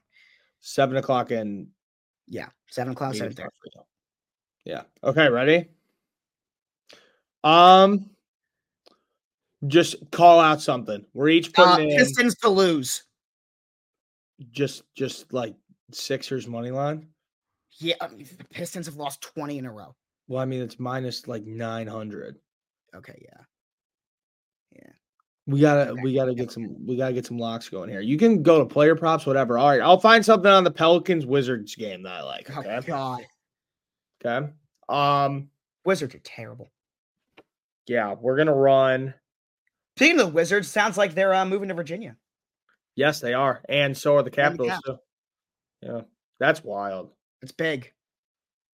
[SPEAKER 2] seven o'clock and
[SPEAKER 1] Yeah, seven o'clock, seven thirty.
[SPEAKER 2] yeah. Okay, ready? Um, just call out something. We're each
[SPEAKER 1] Uh,
[SPEAKER 2] putting in
[SPEAKER 1] Pistons to lose.
[SPEAKER 2] just just like Sixers money line.
[SPEAKER 1] Yeah, I mean, the Pistons have lost twenty in a row.
[SPEAKER 2] Well, I mean it's minus like nine hundred.
[SPEAKER 1] Okay, yeah,
[SPEAKER 2] We gotta
[SPEAKER 1] Okay,
[SPEAKER 2] we gotta
[SPEAKER 1] yeah.
[SPEAKER 2] get some we gotta get some locks going here. You can go to player props, whatever. All right, I'll find something on the Pelicans Wizards game that I like.
[SPEAKER 1] oh
[SPEAKER 2] Okay.
[SPEAKER 1] god,
[SPEAKER 2] Okay. Um.
[SPEAKER 1] Wizards are terrible.
[SPEAKER 2] Yeah, we're gonna run.
[SPEAKER 1] Speaking of the Wizards, sounds like they're uh, moving to Virginia.
[SPEAKER 2] Yes, they are, and so are
[SPEAKER 1] And
[SPEAKER 2] the
[SPEAKER 1] the
[SPEAKER 2] Capitals.
[SPEAKER 1] Cap.
[SPEAKER 2] too. Yeah, that's wild.
[SPEAKER 1] That's big.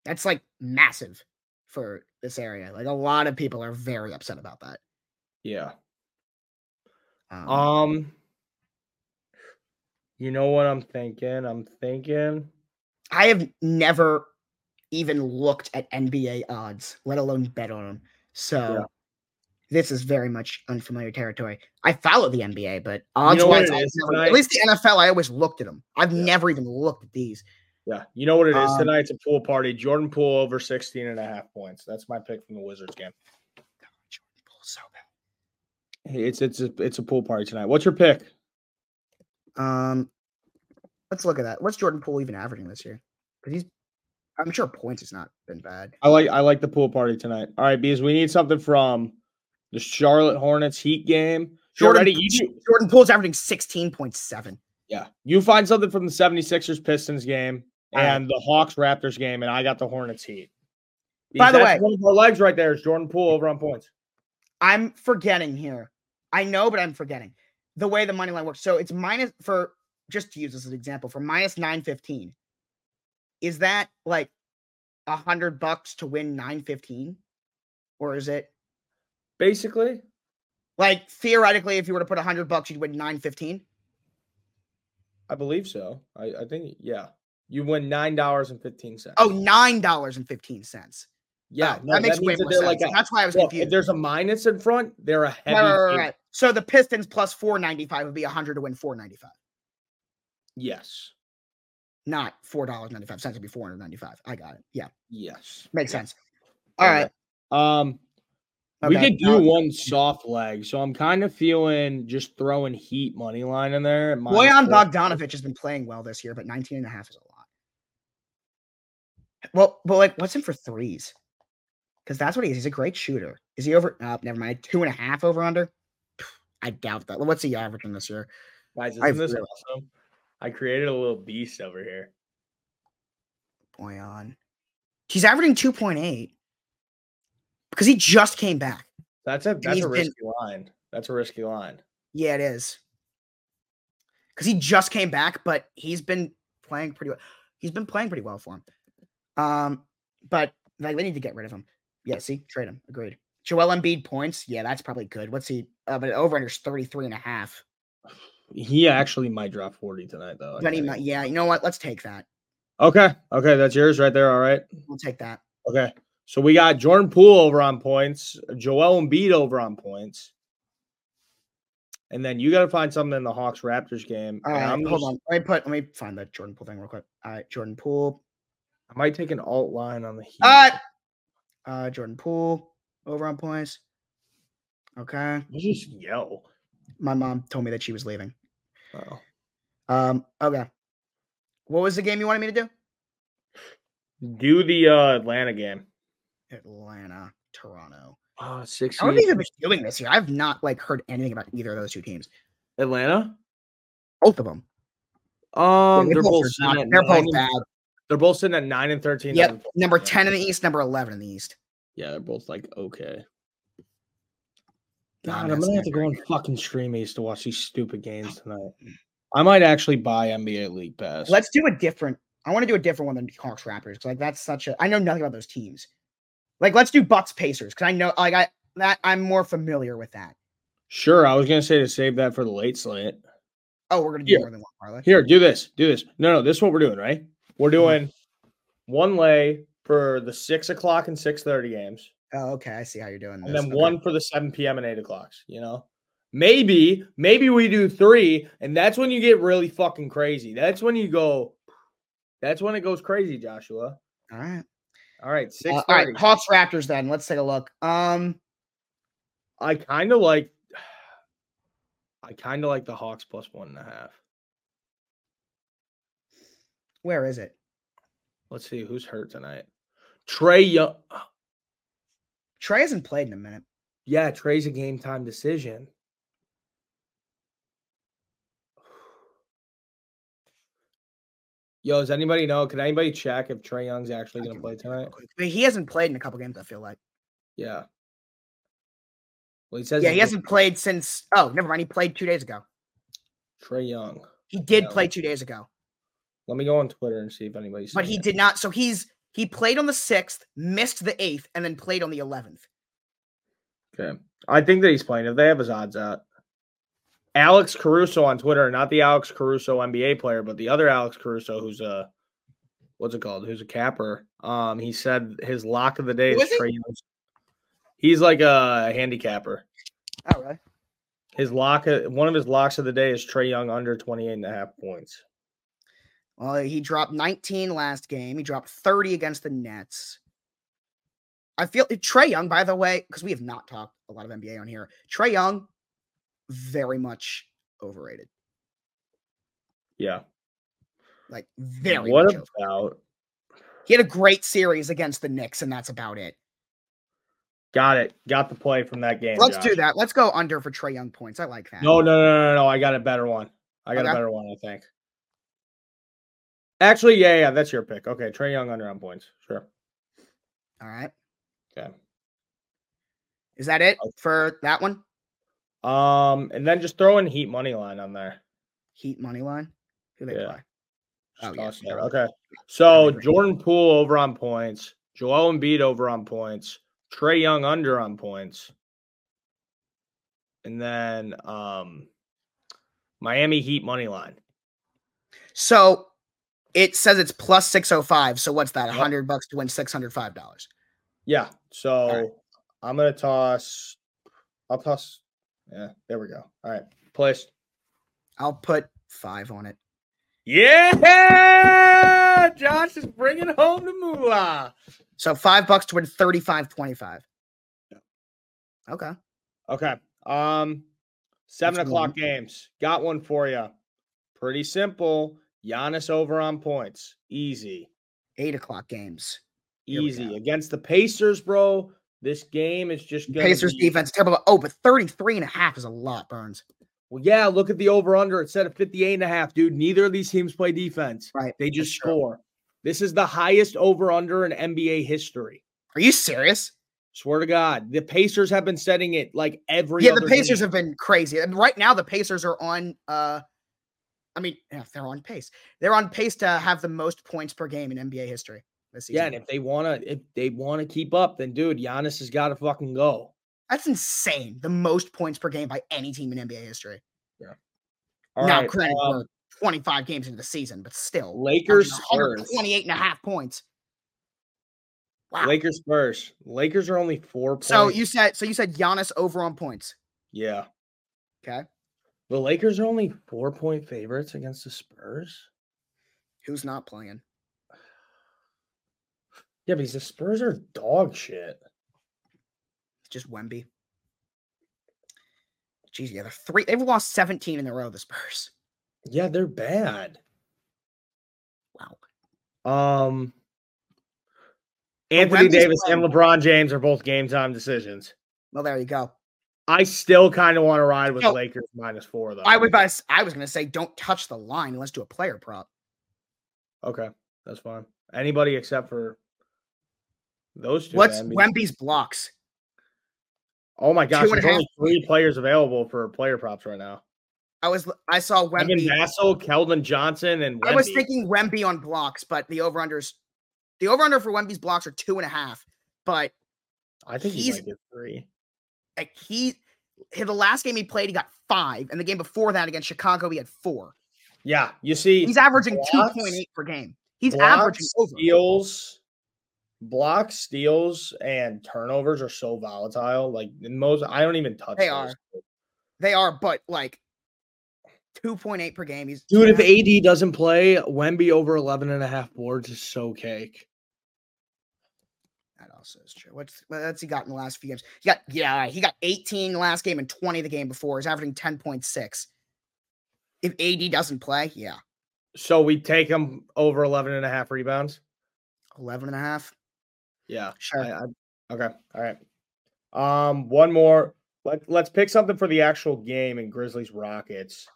[SPEAKER 1] That's like massive for this area. Like a lot of people are very upset about that.
[SPEAKER 2] Yeah.
[SPEAKER 1] Um,
[SPEAKER 2] Um. You know what I'm thinking? I'm thinking.
[SPEAKER 1] I have never even looked at NBA odds, let alone bet on them. So
[SPEAKER 2] Yeah.
[SPEAKER 1] this is very much unfamiliar territory. I follow the NBA, but odds
[SPEAKER 2] know what
[SPEAKER 1] wise,
[SPEAKER 2] it
[SPEAKER 1] I've
[SPEAKER 2] is
[SPEAKER 1] never,
[SPEAKER 2] tonight?
[SPEAKER 1] at least the NFL, I always looked at them. I've
[SPEAKER 2] Yeah.
[SPEAKER 1] never even looked at these.
[SPEAKER 2] Yeah, you know what it is
[SPEAKER 4] Um,
[SPEAKER 2] tonight? It's a pool party. Jordan Poole over 16 and a half points. That's my pick from the Wizards game.
[SPEAKER 1] So bad.
[SPEAKER 2] Hey, It's it's a, it's a pool party tonight. What's your pick?
[SPEAKER 1] Um, let's look at that. What's Jordan Poole even averaging this year? Because he's, I'm sure points has not been bad.
[SPEAKER 2] I like I like the pool party tonight. All right, because we need something from the Charlotte Hornets Heat game. You're
[SPEAKER 1] Jordan,
[SPEAKER 2] ready. You do-
[SPEAKER 1] Jordan Poole's averaging 16.7.
[SPEAKER 2] yeah, you find something from the 76ers Pistons game
[SPEAKER 1] All right.
[SPEAKER 2] and the Hawks Raptors game, and I got the Hornets Heat.
[SPEAKER 1] By the
[SPEAKER 2] Because that's
[SPEAKER 1] way-
[SPEAKER 2] one of our legs right there is Jordan Poole over on points.
[SPEAKER 1] I'm forgetting here. I know, but I'm forgetting the way the money line works. So it's minus for just to use this as an example for minus nine fifteen. Is that like a hundred bucks to win nine fifteen, or is it
[SPEAKER 2] Basically,
[SPEAKER 1] like theoretically if you were to put a hundred bucks you'd win nine fifteen?
[SPEAKER 2] I believe so. I, I think yeah, you win nine dollars and fifteen cents.
[SPEAKER 1] Oh, nine dollars and fifteen cents.
[SPEAKER 2] yeah,
[SPEAKER 1] Oh,
[SPEAKER 2] no,
[SPEAKER 1] that makes way
[SPEAKER 2] means that
[SPEAKER 1] more
[SPEAKER 2] they're
[SPEAKER 1] sense.
[SPEAKER 2] Like a-
[SPEAKER 1] That's why I was
[SPEAKER 2] Look, if
[SPEAKER 1] confused.
[SPEAKER 2] there's a minus in front, they're a heavy.
[SPEAKER 1] Right, right, right,
[SPEAKER 2] favorite.
[SPEAKER 1] right. So the Pistons plus four ninety five would be a hundred to win four ninety five,
[SPEAKER 2] Yes.
[SPEAKER 1] not four dollars ninety five cents. It'd be four hundred ninety five. I got it. Yeah,
[SPEAKER 2] Yes.
[SPEAKER 1] makes
[SPEAKER 2] Yeah.
[SPEAKER 1] sense. All
[SPEAKER 2] Yeah,
[SPEAKER 1] right.
[SPEAKER 2] Um, we
[SPEAKER 1] Okay,
[SPEAKER 2] could do
[SPEAKER 1] now-
[SPEAKER 2] one soft leg, so I'm kind of feeling just throwing heat money line in there. at minus
[SPEAKER 1] Boyan
[SPEAKER 2] four.
[SPEAKER 1] Bogdanovich has been playing well this year, but 19 and a half is a lot. Well, but like, what's in for threes? Because that's what he is. He's a great shooter. Is he over? Uh, never mind. Two and a half over under? Pff, I doubt that. What's he averaging this year?
[SPEAKER 2] Guys, isn't
[SPEAKER 1] I
[SPEAKER 2] this
[SPEAKER 1] feel-
[SPEAKER 2] awesome? I created a little beast over here.
[SPEAKER 1] Boyan. He's averaging 2.8 because he just came back.
[SPEAKER 2] That's a that's
[SPEAKER 1] he's
[SPEAKER 2] a
[SPEAKER 1] been-
[SPEAKER 2] risky line. That's a risky line.
[SPEAKER 1] Yeah, it is. Because he just came back, but he's been playing pretty well. He's been playing pretty well for him. Um, but like they need to get rid of him. Yeah, see, trade him. Agreed. Joel Embiid points. Yeah, that's probably good. What's he? Uh, but over under 33 and a half.
[SPEAKER 2] He actually might drop 40 tonight, though. I
[SPEAKER 1] But he
[SPEAKER 2] think.
[SPEAKER 1] might, yeah, you know what? Let's take that.
[SPEAKER 2] Okay. Okay. That's yours right there. All right.
[SPEAKER 1] We'll take that.
[SPEAKER 2] Okay. So we got Jordan Poole over on points, Joel Embiid over on points. And then you got to find something in the Hawks Raptors game.
[SPEAKER 1] All
[SPEAKER 2] and
[SPEAKER 1] right,
[SPEAKER 2] I'm
[SPEAKER 1] Um, hold
[SPEAKER 2] just-
[SPEAKER 1] on. Let me put. Let me find the Jordan Poole thing real quick. All right, Jordan Poole.
[SPEAKER 2] I might take an alt line on the Heat.
[SPEAKER 1] All right. Uh, Jordan Poole over on points. Okay.
[SPEAKER 2] You just yell.
[SPEAKER 1] My mom told me that she was leaving.
[SPEAKER 2] Oh.
[SPEAKER 1] Um, okay. What was the game you wanted me to do?
[SPEAKER 2] Do the uh, Atlanta game.
[SPEAKER 1] Atlanta, Toronto.
[SPEAKER 2] Oh, six.
[SPEAKER 1] I wouldn't even be doing this here. I've not like heard anything about either of those two teams.
[SPEAKER 2] Atlanta.
[SPEAKER 1] Both of them.
[SPEAKER 2] Um,
[SPEAKER 1] they're,
[SPEAKER 2] they're both,
[SPEAKER 1] both
[SPEAKER 2] sitting
[SPEAKER 1] not-
[SPEAKER 2] at
[SPEAKER 1] they're
[SPEAKER 2] nine
[SPEAKER 1] both
[SPEAKER 2] and-
[SPEAKER 1] bad.
[SPEAKER 2] They're both sitting at nine and thirteen.
[SPEAKER 1] Yep,
[SPEAKER 2] on-
[SPEAKER 1] Number ten in the East, number eleven in the East.
[SPEAKER 2] Yeah, they're both like okay.
[SPEAKER 1] Nah,
[SPEAKER 2] God, I'm
[SPEAKER 1] that's
[SPEAKER 2] gonna have to
[SPEAKER 1] never
[SPEAKER 2] go on fucking streamies to watch these stupid games tonight. I might actually buy NBA League Pass.
[SPEAKER 1] Let's do a different. I want to do a different one than Hawks Raptors. 'cause, Like that's such a. I know nothing about those teams. Like let's do Bucks Pacers because I know like I that I'm more familiar with that.
[SPEAKER 2] sure. I was gonna say to save that for the late slate.
[SPEAKER 1] Oh, we're gonna do
[SPEAKER 2] Yeah.
[SPEAKER 1] more than one parlay.
[SPEAKER 2] Here, do this. Do this. No, no, this is what we're doing, right? We're doing one lay for the six o'clock and six thirty games.
[SPEAKER 1] Oh, okay. I see how you're doing.
[SPEAKER 2] and
[SPEAKER 1] this.
[SPEAKER 2] then
[SPEAKER 1] Okay.
[SPEAKER 2] one for the 7 p.m. and 8 o'clocks, you know? Maybe, maybe we do three, and that's when you get really fucking crazy. That's when you go, that's when it goes crazy, Joshua.
[SPEAKER 1] All right.
[SPEAKER 2] All right,
[SPEAKER 1] Uh,
[SPEAKER 2] 6
[SPEAKER 1] all right, Hawks Raptors. Then let's take a look. Um,
[SPEAKER 2] I kind of like, I kind of like the Hawks plus one and a half.
[SPEAKER 1] where is it?
[SPEAKER 2] Let's see who's hurt tonight. Trey Young.
[SPEAKER 1] Trey hasn't played in a minute.
[SPEAKER 2] Yeah, Trey's a game time decision. Yo, does anybody know? Can anybody check if Trey Young's actually
[SPEAKER 1] I
[SPEAKER 2] going to
[SPEAKER 1] can
[SPEAKER 2] play
[SPEAKER 1] look it up real
[SPEAKER 2] tonight?
[SPEAKER 1] quick. I mean, he hasn't played in a couple games. I feel like.
[SPEAKER 2] Yeah. Well, he says
[SPEAKER 1] yeah, he hasn't played since. Oh, never mind. He played two days ago.
[SPEAKER 2] Trey Young.
[SPEAKER 1] He did
[SPEAKER 2] Yeah.
[SPEAKER 1] play two days ago,
[SPEAKER 2] Let me go on Twitter and see if anybody's.
[SPEAKER 1] but
[SPEAKER 2] seen
[SPEAKER 1] he
[SPEAKER 2] it.
[SPEAKER 1] did not. So he's he played on the sixth, missed the eighth, and then played on the eleventh.
[SPEAKER 2] Okay. I think that he's playing. If they have his odds out, Alex Caruso on Twitter, not the Alex Caruso NBA player, but the other Alex Caruso, who's a what's it called? Who's a capper? Um, he said his lock of the day
[SPEAKER 1] Who
[SPEAKER 2] is
[SPEAKER 1] is he?
[SPEAKER 2] Trey. Young's- He's like a handicapper.
[SPEAKER 1] Oh, really?
[SPEAKER 2] His lock, one of his locks of the day is Trey Young under 28 and a half points.
[SPEAKER 1] Well, Uh, he dropped 19 last game. He dropped 30 against the Nets. I feel Trey Young, by the way, because we have not talked a lot of NBA on here. Trey Young, very much overrated.
[SPEAKER 2] Yeah.
[SPEAKER 1] Like very
[SPEAKER 2] what
[SPEAKER 1] much over-
[SPEAKER 2] about?
[SPEAKER 1] He had a great series against the Knicks, and that's about it.
[SPEAKER 2] Got it. Got the play from that game.
[SPEAKER 1] Let's
[SPEAKER 2] Josh.
[SPEAKER 1] do that. Let's go under for Trey Young points. I like that.
[SPEAKER 2] No, no, no, no, no. I got a better one. I got
[SPEAKER 1] Okay.
[SPEAKER 2] a better one, I think. Actually, yeah, yeah, that's your pick. Okay, Trey Young under on points. Sure.
[SPEAKER 1] All right.
[SPEAKER 2] Okay. Oh.
[SPEAKER 1] Is that it for that one?
[SPEAKER 2] Um, and then just throw in heat money line on there.
[SPEAKER 1] Heat money line. Who they
[SPEAKER 2] Yeah.
[SPEAKER 1] play?
[SPEAKER 2] Just
[SPEAKER 1] Oh, yeah,
[SPEAKER 2] toss that.
[SPEAKER 1] sure.
[SPEAKER 2] Okay. So
[SPEAKER 1] agree.
[SPEAKER 2] Jordan Poole over on points, Joel Embiid over on points, Trey Young under on points. And then um Miami Heat money line.
[SPEAKER 1] So it says it's plus 605. So what's that?
[SPEAKER 2] Yep.
[SPEAKER 1] 100 bucks to win $605.
[SPEAKER 2] Yeah. So
[SPEAKER 1] right.
[SPEAKER 2] I'm gonna toss. I'll toss. Yeah. There we go. All right. Place.
[SPEAKER 1] I'll put five on it.
[SPEAKER 6] Yeah, Josh is bringing home the moolah.
[SPEAKER 1] So five bucks to win 35.25. Okay.
[SPEAKER 2] Okay. Um, seven
[SPEAKER 1] Let's go
[SPEAKER 2] o'clock
[SPEAKER 1] on.
[SPEAKER 2] games. Got one for you. Pretty simple. Giannis over on points. Easy.
[SPEAKER 1] Eight o'clock games. Here we
[SPEAKER 2] Easy
[SPEAKER 1] go.
[SPEAKER 2] against the Pacers, bro. This game is just gonna
[SPEAKER 1] Pacers
[SPEAKER 2] be-
[SPEAKER 1] defense terrible. Oh, but 33 and a half is a lot, Burns.
[SPEAKER 2] Well, yeah, look at the over under. It said at 58 and a half, dude. Neither of these teams play defense.
[SPEAKER 1] Right.
[SPEAKER 2] They just
[SPEAKER 1] true.
[SPEAKER 2] score. This is the highest over under in NBA history.
[SPEAKER 1] Are you serious?
[SPEAKER 2] Swear to God, the Pacers have been setting it like every.
[SPEAKER 1] Yeah, the
[SPEAKER 2] other
[SPEAKER 1] Pacers
[SPEAKER 2] game.
[SPEAKER 1] have been crazy. And right now the Pacers are on uh I mean, yeah, they're on pace. They're on pace to have the most points per game in NBA history this season.
[SPEAKER 2] Yeah, and if they wanna, if they wanna keep up, then dude, Giannis has got to fucking go.
[SPEAKER 1] That's insane. The most points per game by any team in NBA history.
[SPEAKER 2] All
[SPEAKER 1] now,
[SPEAKER 2] right,
[SPEAKER 1] granted,
[SPEAKER 2] um,
[SPEAKER 1] we're 25 games into the season, but still.
[SPEAKER 2] Lakers, Spurs,
[SPEAKER 1] 128 and a half points. Wow.
[SPEAKER 2] Lakers, Spurs. Lakers are only four points.
[SPEAKER 1] so you said so you said Giannis over on points.
[SPEAKER 2] yeah,
[SPEAKER 1] Okay.
[SPEAKER 2] the Lakers are only four point favorites against the Spurs.
[SPEAKER 1] Who's not playing?
[SPEAKER 2] Yeah, because the Spurs are dog shit.
[SPEAKER 1] It's just Wemby. Jeez, yeah, they're three. They've lost 17 in a row, the Spurs.
[SPEAKER 2] Yeah, they're bad.
[SPEAKER 1] Wow.
[SPEAKER 2] Um, Anthony
[SPEAKER 1] Wemby's
[SPEAKER 2] Davis and
[SPEAKER 1] playing.
[SPEAKER 2] LeBron James are both game time decisions.
[SPEAKER 1] Well, there you go.
[SPEAKER 2] I still kind of want to ride with
[SPEAKER 1] No.
[SPEAKER 2] Lakers minus four though.
[SPEAKER 1] I was about to, s- I was gonna say don't touch the line unless do a player prop.
[SPEAKER 2] Okay, that's fine. Anybody except for those two.
[SPEAKER 1] What's
[SPEAKER 2] man, because-
[SPEAKER 1] Wemby's blocks?
[SPEAKER 2] Oh my gosh,
[SPEAKER 1] and a
[SPEAKER 2] there's
[SPEAKER 1] half
[SPEAKER 2] only three players available for player props right now.
[SPEAKER 1] I was l- I saw
[SPEAKER 2] Evan
[SPEAKER 1] Wemby.
[SPEAKER 2] Vassell, Keldon Johnson, and
[SPEAKER 1] I was
[SPEAKER 2] Wemby.
[SPEAKER 1] thinking Wemby on blocks, but the over unders, the over under for Wemby's blocks are two and a half. But
[SPEAKER 2] I think he's
[SPEAKER 1] he's-
[SPEAKER 2] he might get three.
[SPEAKER 1] like he, he- the last game he played, he got five, and the game before that against Chicago, he had four.
[SPEAKER 2] Yeah, you see,
[SPEAKER 1] He's averaging two
[SPEAKER 2] blocks-
[SPEAKER 1] point eight per game. He's
[SPEAKER 2] blocks,
[SPEAKER 1] averaging over.
[SPEAKER 2] steals, blocks, steals, and turnovers are so volatile. Like in most, I don't even touch.
[SPEAKER 1] They
[SPEAKER 2] those.
[SPEAKER 1] They are, but like two point eight per game. He's
[SPEAKER 2] Dude,
[SPEAKER 1] yeah,
[SPEAKER 2] if AD doesn't play, Wemby over 11 and a half boards is so cake.
[SPEAKER 1] that also is true. What's what's he got in the last few games? He got yeah, all right, he got eighteen last game and twenty the game before. He's averaging ten point six. If AD doesn't play, yeah,
[SPEAKER 2] So we take him over 11 and a half rebounds.
[SPEAKER 1] 11 and a half.
[SPEAKER 2] Yeah.
[SPEAKER 1] Sure.
[SPEAKER 2] I- I- okay. All right. Um, one more. Let, let's pick something for the actual game in Grizzlies Rockets.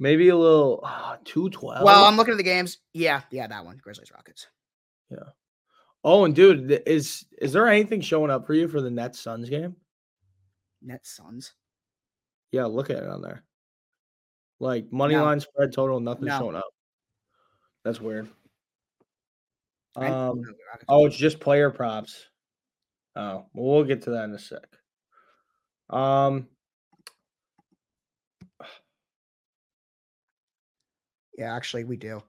[SPEAKER 2] Maybe a little uh, 212.
[SPEAKER 1] Well, I'm looking at the games. Yeah, yeah, that one. Grizzlies Rockets.
[SPEAKER 2] oh, and dude, th- is is there anything showing up for you for the Nets Suns game?
[SPEAKER 1] Nets Suns.
[SPEAKER 2] Yeah, look at it on there. Like money
[SPEAKER 1] No.
[SPEAKER 2] line spread total, nothing
[SPEAKER 1] No.
[SPEAKER 2] showing up. That's weird.
[SPEAKER 1] right?
[SPEAKER 2] Um,
[SPEAKER 1] No, the Rockets.
[SPEAKER 2] oh, it's just player props. Oh, well, we'll get to that in a sec. Um,
[SPEAKER 1] yeah, actually, we do.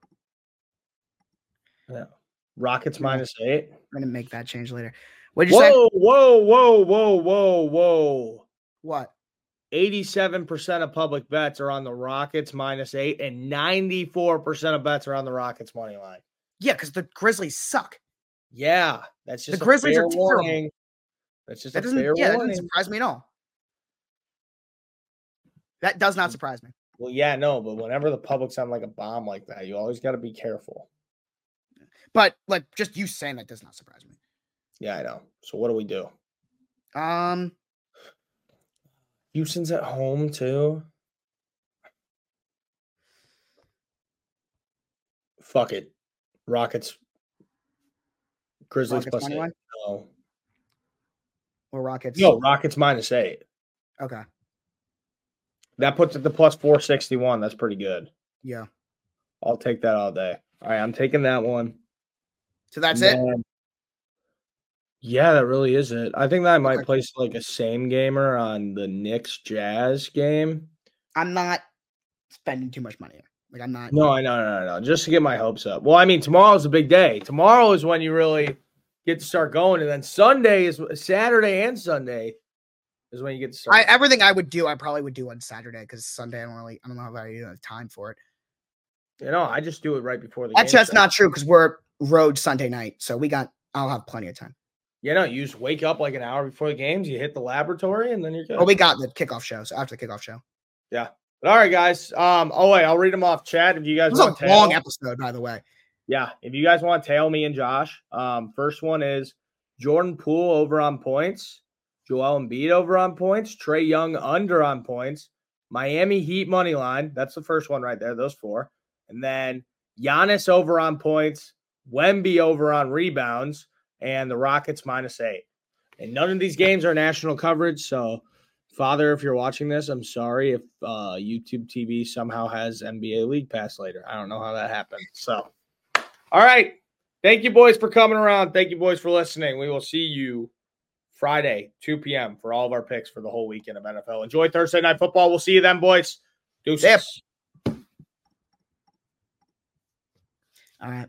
[SPEAKER 2] Rockets
[SPEAKER 1] Yeah.
[SPEAKER 2] minus eight.
[SPEAKER 1] We're gonna make that change later. What did you say?
[SPEAKER 2] Whoa, whoa, whoa, whoa, whoa, whoa.
[SPEAKER 1] What?
[SPEAKER 2] 87% of public bets are on the Rockets minus eight, and 94% of bets are on the Rockets money line.
[SPEAKER 1] Yeah, because the Grizzlies suck.
[SPEAKER 2] Yeah, that's just
[SPEAKER 1] The
[SPEAKER 2] a
[SPEAKER 1] Grizzlies
[SPEAKER 2] fair
[SPEAKER 1] are terrible.
[SPEAKER 2] warning. That's just
[SPEAKER 1] That
[SPEAKER 2] a
[SPEAKER 1] doesn't,
[SPEAKER 2] fair
[SPEAKER 1] yeah, that
[SPEAKER 2] warning.
[SPEAKER 1] doesn't surprise me at all. That does
[SPEAKER 2] Mm.
[SPEAKER 1] not surprise me.
[SPEAKER 2] Well, yeah, no, but whenever the public's on like a bomb like that, you always got to be careful.
[SPEAKER 1] But like just you saying that does not surprise me.
[SPEAKER 2] Yeah, I know. So what do we do?
[SPEAKER 1] Um,
[SPEAKER 2] Houston's at home too. Fuck it, Rockets. Grizzlies
[SPEAKER 1] Rockets
[SPEAKER 2] plus
[SPEAKER 1] money
[SPEAKER 2] eight.
[SPEAKER 1] line?
[SPEAKER 2] No.
[SPEAKER 1] or Rockets.
[SPEAKER 2] no, Rockets minus eight.
[SPEAKER 1] Okay.
[SPEAKER 2] That puts it to plus four sixty one. That's pretty good.
[SPEAKER 1] Yeah.
[SPEAKER 2] I'll take that all day. All right, I'm taking that one.
[SPEAKER 1] So that's it.
[SPEAKER 2] Man. Yeah, that really is it. I think that I might
[SPEAKER 1] Okay.
[SPEAKER 2] place like a same gamer on the Knicks Jazz game.
[SPEAKER 1] I'm not spending too much money. here. Like I'm not.
[SPEAKER 2] No, I know, no, no, no. Just to get my hopes up. Well, I mean, tomorrow's a big day. Tomorrow is when you really get to start going, and then Sunday is Saturday and Sunday is when you get to start.
[SPEAKER 1] I, everything I would do, I probably would do on Saturday because Sunday I don't really, I don't know if I have time for it.
[SPEAKER 2] you know, I just do it right before the
[SPEAKER 1] Actually,
[SPEAKER 2] game.
[SPEAKER 1] that's
[SPEAKER 2] starts.
[SPEAKER 1] not true because we're road Sunday night, so we got. I'll have plenty of time.
[SPEAKER 2] You know, you just wake up like an hour before the games. You hit the laboratory, and then you're good.
[SPEAKER 1] Oh, we got the kickoff show. So after the kickoff show,
[SPEAKER 2] But all right, guys. Um, oh wait, I'll read them off chat if you guys
[SPEAKER 1] it was a
[SPEAKER 2] want. to-
[SPEAKER 1] long episode, by the way.
[SPEAKER 2] Yeah, if you guys want to tail me and Josh, um, first one is Jordan Poole over on points, Joel Embiid over on points, Trey Young under on points, Miami Heat money line. That's the first one right there. Those four, and then Giannis over on points, Wemby over on rebounds, and the Rockets minus eight. And none of these games are national coverage, so. Father, if you're watching this, I'm sorry if uh, YouTube TV somehow has NBA League Pass later. I don't know how that happened. So, all right. Thank you, boys, for coming around. Thank you, boys, for listening. We will see you Friday, 2 p.m., for all of our picks for the whole weekend of NFL. Enjoy Thursday Night Football. We'll see you then, boys. Deuces.
[SPEAKER 1] Yep. All right.